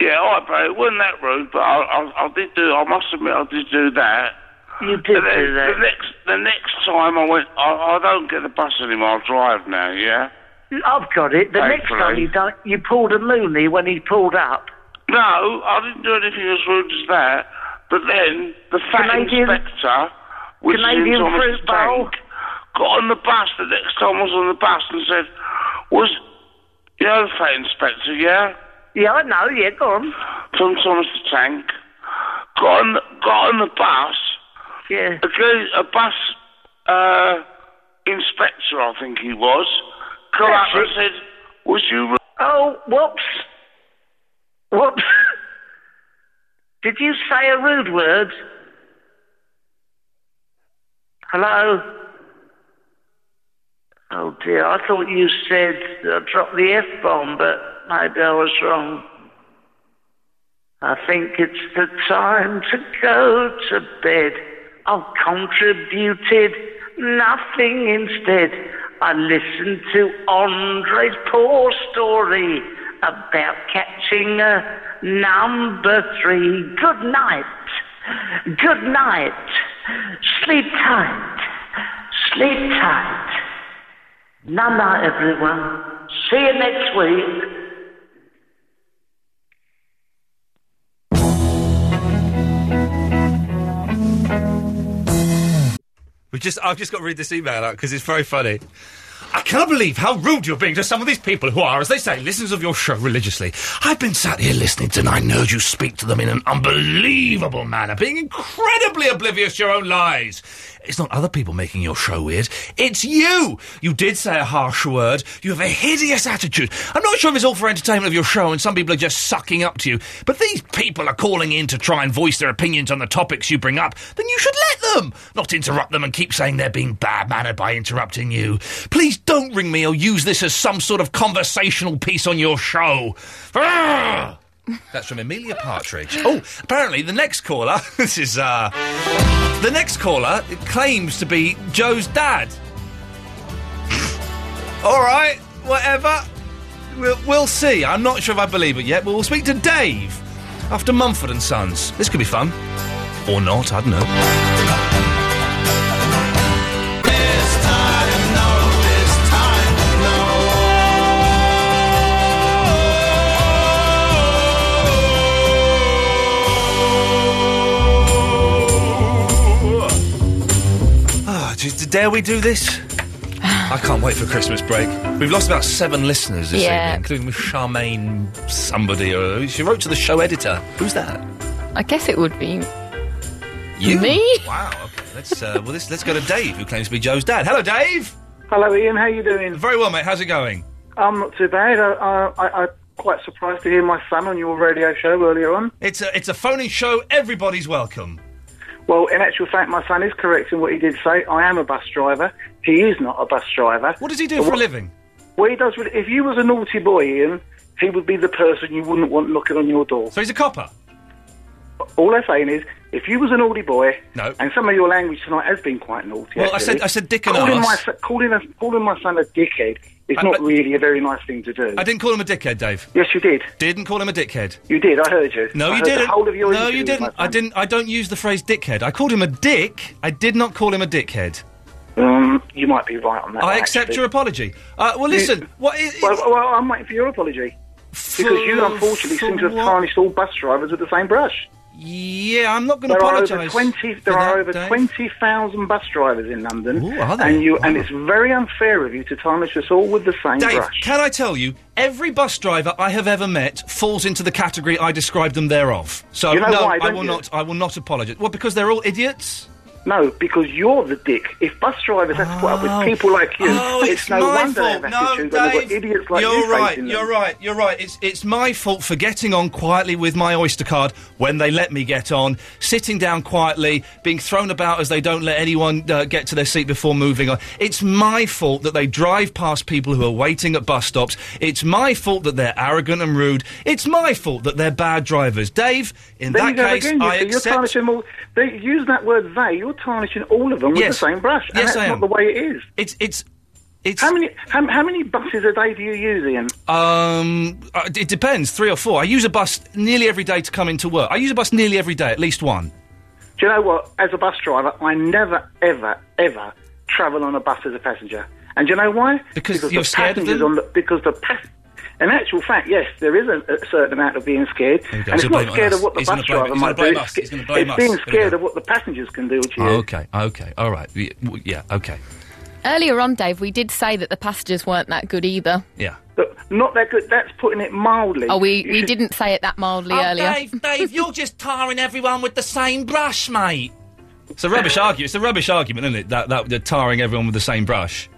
[SPEAKER 9] Yeah, all right, but it wasn't that rude, but I, I, I did do, I must admit I did do that.
[SPEAKER 25] You did
[SPEAKER 9] And then
[SPEAKER 25] do that.
[SPEAKER 9] The next, the next time I went, I, I don't get the bus anymore, I drive now, yeah?
[SPEAKER 25] I've got it. The next
[SPEAKER 9] Thankfully.
[SPEAKER 25] time you done, you pulled a loony when he pulled up.
[SPEAKER 9] No, I didn't do anything as rude as that, but then the fat
[SPEAKER 25] Canadian-
[SPEAKER 9] inspector, which
[SPEAKER 25] Canadian
[SPEAKER 9] is in Thomas's
[SPEAKER 25] fruit bowl.
[SPEAKER 9] tank, got on the bus the next time I was on the bus and said, was, you know the fat inspector, yeah?
[SPEAKER 25] Yeah, I know. Yeah, go on.
[SPEAKER 9] from Thomas the Tank, got on, got on the bus.
[SPEAKER 25] Yeah.
[SPEAKER 9] A, guy, a bus uh, inspector, I think he was, come up
[SPEAKER 25] That's
[SPEAKER 9] and
[SPEAKER 25] it.
[SPEAKER 9] said, was you...
[SPEAKER 25] Oh, whoops. Whoops. Did you say a rude word? Hello? Oh dear, I thought you said I dropped the F bomb, but maybe I was wrong. I think it's the time to go to bed. I've contributed nothing instead. I listened to Andre's poor story about catching a number three. Good night. Good night. Sleep tight. Sleep tight. Night night, everyone. See you next week.
[SPEAKER 1] We just, I've just got to read this email out because it's very funny. I cannot believe how rude you're being to some of these people who are, as they say, listeners of your show religiously. I've been sat here listening to, and I know you speak to them in an unbelievable manner, being incredibly oblivious to your own lies. It's not other people making your show weird. It's you. You did say a harsh word. You have a hideous attitude. I'm not sure if it's all for entertainment of your show, and some people are just sucking up to you. But these people are calling in to try and voice their opinions on the topics you bring up. Then you should let them, not interrupt them and keep saying they're being bad mannered by interrupting you. Please don't ring me or use this as some sort of conversational piece on your show. Arrgh! Ah! That's from Amelia Partridge. Oh, apparently the next caller, this is uh, the next caller claims to be Joe's dad. All right. whatever. We'll, we'll see. I'm not sure if I believe it yet, but we'll speak to Dave after Mumford and Sons. This could be fun. Or not, I don't know. Ah, do, do- dare we do this? I can't wait for Christmas break. We've lost about seven listeners this
[SPEAKER 3] Yeah.
[SPEAKER 1] evening, including Charmaine somebody. Or, she wrote to the show editor. Who's that?
[SPEAKER 3] I guess it would be.
[SPEAKER 1] You?
[SPEAKER 3] Me?
[SPEAKER 1] Wow. Okay. Let's uh, well, let's, let's go to Dave, who claims to be Joe's dad. Hello, Dave.
[SPEAKER 5] Hello, Ian. How you doing?
[SPEAKER 1] Very well, mate. How's it going?
[SPEAKER 5] I'm not too bad. I, I, I, I'm quite surprised to hear my son on your radio show earlier on.
[SPEAKER 1] It's a it's a phony show. Everybody's welcome.
[SPEAKER 5] Well, in actual fact, my son is correct in what he did say. I am a bus driver. He is not a bus driver.
[SPEAKER 1] What does he do for a living?
[SPEAKER 5] Well, he does. really- If you was a naughty boy, Ian, he would be the person you wouldn't want knocking on your door.
[SPEAKER 1] So he's a copper.
[SPEAKER 5] All I'm saying is, if you was a naughty boy,
[SPEAKER 1] no,
[SPEAKER 5] and some of your language tonight has been quite naughty.
[SPEAKER 1] Well, I
[SPEAKER 5] actually,
[SPEAKER 1] said- I said dick and
[SPEAKER 5] calling
[SPEAKER 1] arse.
[SPEAKER 5] My, son- calling, a, calling my son a dickhead is
[SPEAKER 1] I-
[SPEAKER 5] not
[SPEAKER 1] I-
[SPEAKER 5] really a very nice thing to do.
[SPEAKER 1] I didn't call him a dickhead, Dave.
[SPEAKER 5] Yes, you did.
[SPEAKER 1] Didn't call him a dickhead.
[SPEAKER 5] You did. I heard you.
[SPEAKER 1] No,
[SPEAKER 5] I
[SPEAKER 1] you
[SPEAKER 5] heard the
[SPEAKER 1] didn't.
[SPEAKER 5] whole of your
[SPEAKER 1] no,
[SPEAKER 5] interview
[SPEAKER 1] you
[SPEAKER 5] with
[SPEAKER 1] didn't.
[SPEAKER 5] my
[SPEAKER 1] I didn't. I don't use the phrase dickhead. I called him a dick. I did not call him a dickhead.
[SPEAKER 5] Um, you might be right on that.
[SPEAKER 1] I
[SPEAKER 5] one,
[SPEAKER 1] accept
[SPEAKER 5] actually.
[SPEAKER 1] your apology. Uh, well, listen. what is?
[SPEAKER 5] Well, well, I'm waiting for your apology because you unfortunately seem to have tarnished all bus drivers with the same brush.
[SPEAKER 1] Yeah, I'm not going
[SPEAKER 5] There
[SPEAKER 1] to apologise.
[SPEAKER 5] are over twenty.
[SPEAKER 1] for
[SPEAKER 5] There are
[SPEAKER 1] that,
[SPEAKER 5] over
[SPEAKER 1] Dave.
[SPEAKER 5] twenty thousand bus drivers in London,
[SPEAKER 1] are they?
[SPEAKER 5] and you and
[SPEAKER 1] Wow.
[SPEAKER 5] it's very unfair of you to tarnish us all with the same
[SPEAKER 1] Dave,
[SPEAKER 5] brush.
[SPEAKER 1] can I tell you, every bus driver I have ever met falls into the category I described them thereof. So
[SPEAKER 5] You know
[SPEAKER 1] no,
[SPEAKER 5] why,
[SPEAKER 1] I
[SPEAKER 5] don't
[SPEAKER 1] will
[SPEAKER 5] you?
[SPEAKER 1] not. I will not apologise. Well, because they're all idiots.
[SPEAKER 5] No, because you're the dick. If bus drivers have to put up with people like you,
[SPEAKER 1] Oh,
[SPEAKER 5] it's,
[SPEAKER 1] it's,
[SPEAKER 5] no
[SPEAKER 1] my
[SPEAKER 5] wonder
[SPEAKER 1] fault.
[SPEAKER 5] they have
[SPEAKER 1] No,
[SPEAKER 5] attitude when they've
[SPEAKER 1] Dave,
[SPEAKER 5] got idiots like
[SPEAKER 1] you're
[SPEAKER 5] you
[SPEAKER 1] right.
[SPEAKER 5] facing them.
[SPEAKER 1] You're right. You're right. It's it's my fault for getting on quietly with my Oyster card when they let me get on, sitting down quietly, being thrown about as they don't let anyone uh, get to their seat before moving on. It's my fault that they drive past people who are waiting at bus stops. It's my fault that they're arrogant and rude. It's my fault that they're bad drivers. Dave, in
[SPEAKER 5] There you
[SPEAKER 1] that
[SPEAKER 5] go
[SPEAKER 1] case,
[SPEAKER 5] again. You
[SPEAKER 1] I
[SPEAKER 5] see, you're
[SPEAKER 1] accept.
[SPEAKER 5] tarnishing all. They use that word "they." You're tarnishing all of them with
[SPEAKER 1] Yes.
[SPEAKER 5] the same brush, and
[SPEAKER 1] Yes,
[SPEAKER 5] that's
[SPEAKER 1] I
[SPEAKER 5] not
[SPEAKER 1] am.
[SPEAKER 5] the way it is.
[SPEAKER 1] It's it's it's
[SPEAKER 5] how many how, how many buses a day do you use, Ian?
[SPEAKER 1] Um, uh, it depends. Three or four. I use a bus nearly every day to come into work. I use a bus nearly every day, at least one.
[SPEAKER 5] Do you know what? As a bus driver, I never, ever, ever travel on a bus as a passenger. And do you know why? Because,
[SPEAKER 1] you're
[SPEAKER 5] the
[SPEAKER 1] scared of
[SPEAKER 5] passengers
[SPEAKER 1] them?
[SPEAKER 5] On the, because the pa- in actual fact, yes, there is a, a certain amount of being scared,
[SPEAKER 1] There you go.
[SPEAKER 5] and
[SPEAKER 1] So
[SPEAKER 5] it's
[SPEAKER 1] blame
[SPEAKER 5] not
[SPEAKER 1] it on
[SPEAKER 5] scared
[SPEAKER 1] us.
[SPEAKER 5] of what the
[SPEAKER 1] He's
[SPEAKER 5] bus
[SPEAKER 1] gonna blame-
[SPEAKER 5] driver
[SPEAKER 1] he's
[SPEAKER 5] might
[SPEAKER 1] gonna blame
[SPEAKER 5] do.
[SPEAKER 1] us.
[SPEAKER 5] It's,
[SPEAKER 1] He's gonna blame
[SPEAKER 5] it's
[SPEAKER 1] us.
[SPEAKER 5] being
[SPEAKER 1] Here we
[SPEAKER 5] scared
[SPEAKER 1] go. Ah,
[SPEAKER 5] of what the passengers can do to you.
[SPEAKER 1] Oh, okay. Okay. All right. Y- w- Yeah. Okay.
[SPEAKER 3] Earlier on, Dave, we did say that the passengers weren't that good either.
[SPEAKER 1] Yeah.
[SPEAKER 5] But not that good. That's putting it mildly.
[SPEAKER 3] Oh, we, we didn't say it that mildly earlier.
[SPEAKER 1] Oh, Dave, Dave, you're just tarring everyone with the same brush, mate. It's a rubbish argument. It's a rubbish argument, isn't it? That that they're tarring everyone with the same brush.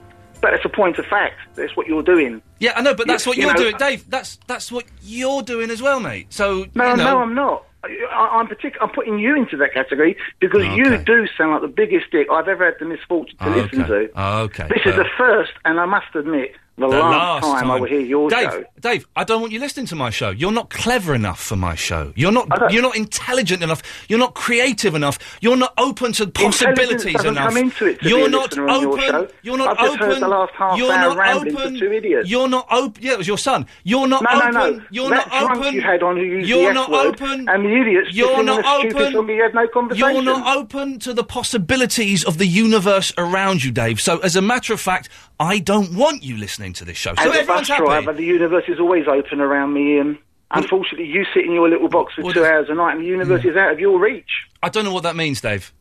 [SPEAKER 5] But it's a point of fact. That's what you're doing.
[SPEAKER 1] Yeah, I know, but that's
[SPEAKER 5] You-
[SPEAKER 1] what
[SPEAKER 5] you
[SPEAKER 1] you're
[SPEAKER 5] know-
[SPEAKER 1] doing, Dave. That's that's what you're doing as well, mate. So
[SPEAKER 5] No,
[SPEAKER 1] you know,
[SPEAKER 5] no, I'm not. I- I, I'm partic- I'm putting you into that category because you do sound like the biggest dick I've ever had the misfortune to
[SPEAKER 1] Okay.
[SPEAKER 5] listen to.
[SPEAKER 1] Okay.
[SPEAKER 5] This is
[SPEAKER 1] fair.
[SPEAKER 5] the first, and I must admit, the, last, time, I will hear your
[SPEAKER 1] Dave,
[SPEAKER 5] show.
[SPEAKER 1] Dave, I don't want you listening to my show. You're not clever enough for my show. You're not. You're not intelligent enough. You're not creative enough. You're not open to possibilities
[SPEAKER 5] doesn't
[SPEAKER 1] enough.
[SPEAKER 5] come into it to
[SPEAKER 1] you're
[SPEAKER 5] be a
[SPEAKER 1] not
[SPEAKER 5] listener on your
[SPEAKER 1] open.
[SPEAKER 5] show.
[SPEAKER 1] You're not
[SPEAKER 5] I've just
[SPEAKER 1] open.
[SPEAKER 5] heard the last half
[SPEAKER 1] you're
[SPEAKER 5] hour
[SPEAKER 1] not
[SPEAKER 5] ramblings of
[SPEAKER 1] open.
[SPEAKER 5] two idiots.
[SPEAKER 1] You're not open. Yeah, it was your son. You're not
[SPEAKER 5] no,
[SPEAKER 1] open.
[SPEAKER 5] no, no.
[SPEAKER 1] You're
[SPEAKER 5] that
[SPEAKER 1] not
[SPEAKER 5] drunk
[SPEAKER 1] open.
[SPEAKER 5] you had on who used the
[SPEAKER 1] You're
[SPEAKER 5] F
[SPEAKER 1] not
[SPEAKER 5] word,
[SPEAKER 1] open.
[SPEAKER 5] And the idiots.
[SPEAKER 1] You're
[SPEAKER 5] sitting on
[SPEAKER 1] not
[SPEAKER 5] a stupid
[SPEAKER 1] open.
[SPEAKER 5] Somebody had no conversation.
[SPEAKER 1] You're not open to the possibilities of the universe around you, Dave. So, as a matter of fact, I don't want you listening to this show. So
[SPEAKER 5] As a
[SPEAKER 1] everyone's
[SPEAKER 5] bus
[SPEAKER 1] happy.
[SPEAKER 5] driver, the universe is always open around me, Ian. Unfortunately, you sit in your little box for two hours a night, and the universe is out of your reach.
[SPEAKER 1] I don't know what that means, Dave.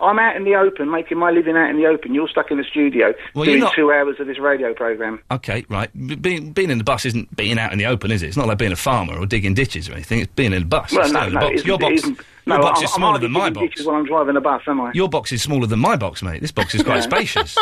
[SPEAKER 5] I'm out in the open, making my living out in the open. You're stuck in the studio
[SPEAKER 1] Well, you're
[SPEAKER 5] doing
[SPEAKER 1] not-
[SPEAKER 5] two hours of this radio program.
[SPEAKER 1] Okay, right. B- being, being in the bus isn't being out in the open, is it? It's not like being a farmer or digging ditches or anything. It's being in a bus.
[SPEAKER 5] well,
[SPEAKER 1] It's
[SPEAKER 5] no,
[SPEAKER 1] staying in the
[SPEAKER 5] no,
[SPEAKER 1] box.
[SPEAKER 5] it isn't-
[SPEAKER 1] Your
[SPEAKER 5] it
[SPEAKER 1] box,
[SPEAKER 5] isn't.
[SPEAKER 1] your
[SPEAKER 5] no,
[SPEAKER 1] box
[SPEAKER 5] I'm,
[SPEAKER 1] is smaller
[SPEAKER 5] I'm
[SPEAKER 1] than my
[SPEAKER 5] hardly digging
[SPEAKER 1] box.
[SPEAKER 5] ditches While I'm driving a bus, am I?
[SPEAKER 1] Your box is smaller than my box, mate. This box is quite
[SPEAKER 5] Yeah.
[SPEAKER 1] spacious.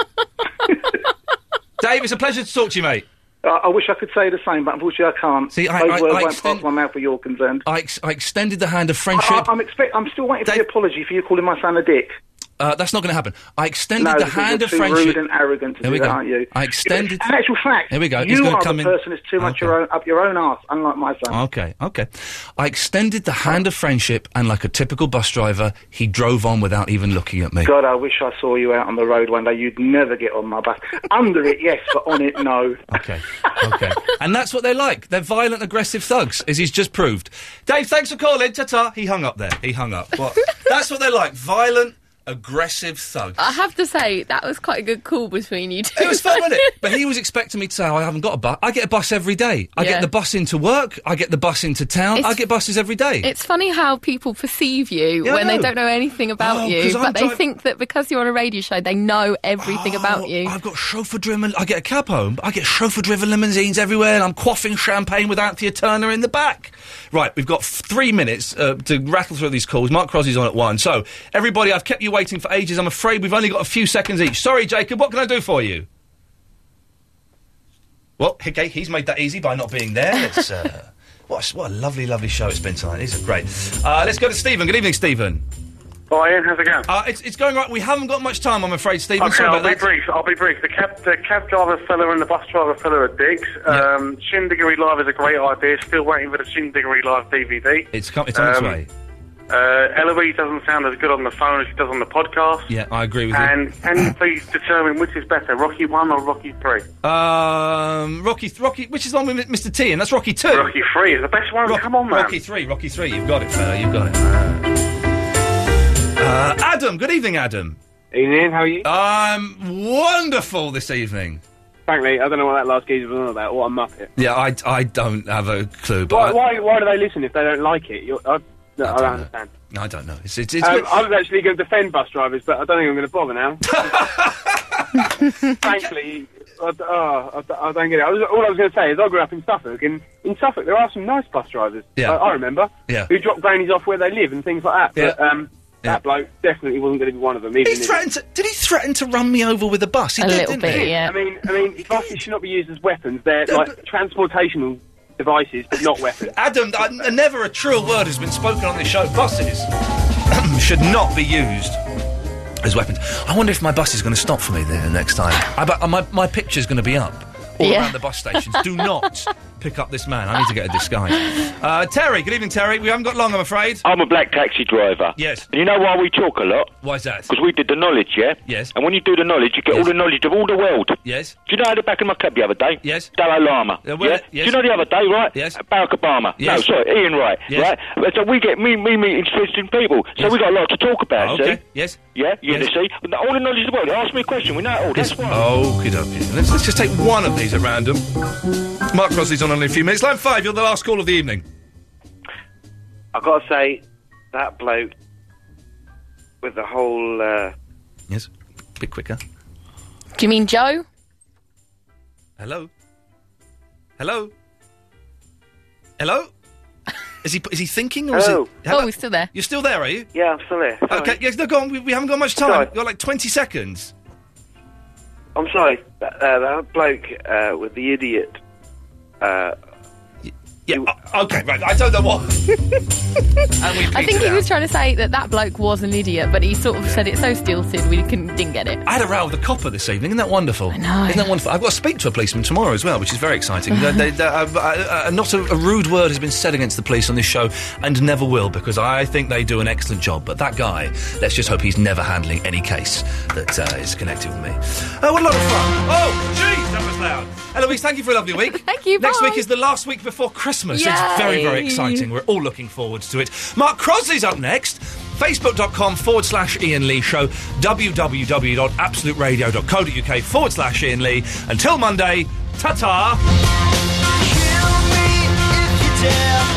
[SPEAKER 1] Dave, it's a pleasure to talk to you, mate.
[SPEAKER 5] I, I wish I could say the same, but unfortunately I can't.
[SPEAKER 1] See, I-
[SPEAKER 5] Those
[SPEAKER 1] I- I
[SPEAKER 5] words won't
[SPEAKER 1] extend-
[SPEAKER 5] pass my mouth where you're concerned.
[SPEAKER 1] I, ex- I extended the hand of friendship.
[SPEAKER 5] I, am expect- I'm still waiting for the apology for you calling my son a dick.
[SPEAKER 1] Uh, that's not going to happen. I extended
[SPEAKER 5] no,
[SPEAKER 1] the
[SPEAKER 5] because
[SPEAKER 1] hand
[SPEAKER 5] you're
[SPEAKER 1] of
[SPEAKER 5] too
[SPEAKER 1] friendship.
[SPEAKER 5] rude and arrogant to
[SPEAKER 1] There
[SPEAKER 5] do
[SPEAKER 1] we
[SPEAKER 5] that,
[SPEAKER 1] go.
[SPEAKER 5] aren't you?
[SPEAKER 1] I extended.
[SPEAKER 5] In actual fact,
[SPEAKER 1] Here we go. It's
[SPEAKER 5] you
[SPEAKER 1] gonna
[SPEAKER 5] are
[SPEAKER 1] come
[SPEAKER 5] the
[SPEAKER 1] in-
[SPEAKER 5] person that's too much your own, up your own arse, unlike my son.
[SPEAKER 1] Okay, okay. I extended the hand of friendship, and like a typical bus driver, he drove on without even looking at me.
[SPEAKER 5] God, I wish I saw you out on the road one day. You'd never get on my bus. Under it, yes, but on it, no.
[SPEAKER 1] Okay, okay. and that's what they're like. They're violent, aggressive thugs, as he's just proved. Dave, thanks for calling. Ta ta. He hung up there. He hung up. What? that's what they're like. Violent, aggressive thugs.
[SPEAKER 3] I have to say, that was quite a good call between you two.
[SPEAKER 1] It was fun, wasn't it? But he was expecting me to say, oh, I haven't got a bus. I get a bus every day. I
[SPEAKER 3] Yeah.
[SPEAKER 1] get the bus into work. I get the bus into town. I
[SPEAKER 3] It's-
[SPEAKER 1] get buses every day.
[SPEAKER 3] It's funny how people perceive you
[SPEAKER 1] Yeah, I
[SPEAKER 3] when they
[SPEAKER 1] know.
[SPEAKER 3] don't know anything about
[SPEAKER 1] Oh,
[SPEAKER 3] you,
[SPEAKER 1] 'cause
[SPEAKER 3] but
[SPEAKER 1] I'm
[SPEAKER 3] they
[SPEAKER 1] dri-
[SPEAKER 3] think that because you're on a radio show, they know everything about you.
[SPEAKER 1] I've got chauffeur driven. I get a cab home. but I get chauffeur driven limousines everywhere, and I'm quaffing champagne with Anthea Turner in the back. Right, we've got f- three minutes uh, to rattle through these calls. Mark Crosby's on at one. So, everybody, I've kept you waiting for ages. I'm afraid we've only got a few seconds each. Sorry, Jacob. What can I do for you? Well, okay, he's made that easy by not being there. It's, uh, what, a, what a lovely, lovely show it's been tonight. These are great. Uh, let's go to Stephen. Good evening, Stephen.
[SPEAKER 2] Hi, Ian. How's it going?
[SPEAKER 1] Uh, it's, it's going right. We haven't got much time, I'm afraid, Stephen.
[SPEAKER 2] Okay,
[SPEAKER 1] Sorry
[SPEAKER 2] I'll
[SPEAKER 1] about
[SPEAKER 2] be
[SPEAKER 1] that.
[SPEAKER 2] brief. I'll be brief. The cab, the cab driver fella and the bus driver fella are digs. Um, Shindiggery Live is a great idea. Still waiting for the Shindiggery Live DVD.
[SPEAKER 1] It's, com- it's on its
[SPEAKER 2] Um,
[SPEAKER 1] way.
[SPEAKER 2] Uh, Eloise doesn't sound as good on the phone as she does on the podcast.
[SPEAKER 1] Yeah, I agree with
[SPEAKER 2] And can you please determine which is better, Rocky One or Rocky Three?
[SPEAKER 1] you. Um, Rocky, Rocky, which is the one with Mr. T, and that's Rocky Two.
[SPEAKER 2] Rocky Three is the best one. Come on, man.
[SPEAKER 1] Rocky Three, Rocky Three. You've got it, fella. You've got it. Uh, Adam, good evening, Adam.
[SPEAKER 8] Evening, how are you?
[SPEAKER 1] I'm wonderful this evening.
[SPEAKER 8] Frankly, I don't know what that last geezer was on about. What a muppet.
[SPEAKER 1] Yeah, I, I don't have a clue,
[SPEAKER 8] Why,
[SPEAKER 1] but
[SPEAKER 8] why, why do they listen if they don't like it? You're, I, no, I, don't understand.
[SPEAKER 1] I, I don't know. It's, it's, it's
[SPEAKER 8] um,
[SPEAKER 1] good.
[SPEAKER 8] I was actually going to defend bus drivers, but I don't think I'm going to bother now. Frankly, I, d- oh, I d- I don't get it. I was, all I was going to say is I grew up in Suffolk, and in Suffolk there are some nice bus drivers.
[SPEAKER 1] Yeah.
[SPEAKER 8] I, I remember.
[SPEAKER 1] Yeah.
[SPEAKER 8] Who drop grannies off where they live and things like that. But
[SPEAKER 1] Yeah.
[SPEAKER 8] um, that bloke definitely wasn't going to be one of them. Even
[SPEAKER 1] he
[SPEAKER 8] if-
[SPEAKER 1] threatened. To, did he threaten to run me over with a bus? He did, didn't he?
[SPEAKER 8] I mean, I mean, buses should not be used as weapons. They're like transportational devices, but not weapons.
[SPEAKER 1] Adam, I, never a truer word has been spoken on this show. Buses should not be used as weapons. I wonder if my bus is going to stop for me the next time. I, bet- uh, my, my picture's going to be up all
[SPEAKER 26] Yeah.
[SPEAKER 1] around the bus stations. Do not pick up this man. I need to get a disguise. Uh, Terry, good evening, Terry. We haven't got long, I'm afraid.
[SPEAKER 7] I'm a black taxi driver.
[SPEAKER 1] Yes.
[SPEAKER 7] And you know why we talk a lot?
[SPEAKER 1] Why's that?
[SPEAKER 7] Because we did the knowledge, yeah?
[SPEAKER 1] Yes.
[SPEAKER 7] And when you do the knowledge, you get all the knowledge of all the world.
[SPEAKER 1] Yes.
[SPEAKER 7] Do you know the back of my cab the other day?
[SPEAKER 1] Yes.
[SPEAKER 7] Dalai Lama.
[SPEAKER 1] Uh, well,
[SPEAKER 7] yeah?
[SPEAKER 1] yes.
[SPEAKER 7] Do you know the other day, right? Yes. Barack Obama.
[SPEAKER 1] Yes.
[SPEAKER 7] No, sorry, Ian Wright.
[SPEAKER 1] Yes.
[SPEAKER 7] Right? So we get me, me, me, interesting people. So we got a lot to talk about,
[SPEAKER 1] Okay.
[SPEAKER 7] see?
[SPEAKER 1] Yes.
[SPEAKER 7] Yeah, you
[SPEAKER 1] Yes.
[SPEAKER 7] see? All the knowledge of the world. Ask me a question, we know it all. That's why.
[SPEAKER 1] Okie dokie. Let's, let's just take one of these at random. Mark Crosley's on only a few minutes. Line five, you're the last call of the evening.
[SPEAKER 18] I've got to say, that bloke with the whole. Uh,
[SPEAKER 1] Yes. bit quicker.
[SPEAKER 3] Do you mean Joe?
[SPEAKER 1] Hello? Hello? Hello? Is he is he thinking or
[SPEAKER 18] Hello?
[SPEAKER 1] is it?
[SPEAKER 3] Oh, he's still there.
[SPEAKER 1] You're still there, are you?
[SPEAKER 18] Yeah, I'm still here. Sorry.
[SPEAKER 1] Okay, yes, no, go on. We, we haven't got much time.
[SPEAKER 18] Sorry.
[SPEAKER 1] We've got like 20 seconds.
[SPEAKER 18] I'm sorry, that, uh, that bloke uh, with the idiot. Uh,
[SPEAKER 1] yeah, uh, okay, right. I don't know what. and we
[SPEAKER 3] I think
[SPEAKER 1] petered
[SPEAKER 3] he
[SPEAKER 1] out.
[SPEAKER 3] was trying to say that that bloke was an idiot, but he sort of said it so stilted we couldn't, didn't get it.
[SPEAKER 1] I had a row with a copper this evening. Isn't that wonderful? I know. Isn't that wonderful? I've got to speak to a policeman tomorrow as well, which is very exciting. They- they- they- uh, uh, uh, not a, a rude word has been said against the police on this show, and never will, because I think they do an excellent job. But that guy, let's just hope he's never handling any case that uh, is connected with me. Oh, what a lot of fun! Oh, jeez, that was loud. Eloise, thank you for a lovely week.
[SPEAKER 3] Thank you.
[SPEAKER 1] Next
[SPEAKER 3] bye.
[SPEAKER 1] week is the last week before Christmas.
[SPEAKER 3] Yay.
[SPEAKER 1] It's very, very exciting. We're all looking forward to it. Mark Crosley's up next. Facebook.com forward slash Ian Lee Show. www.absoluteradio.co.uk forward slash Ian Lee. Until Monday, ta ta.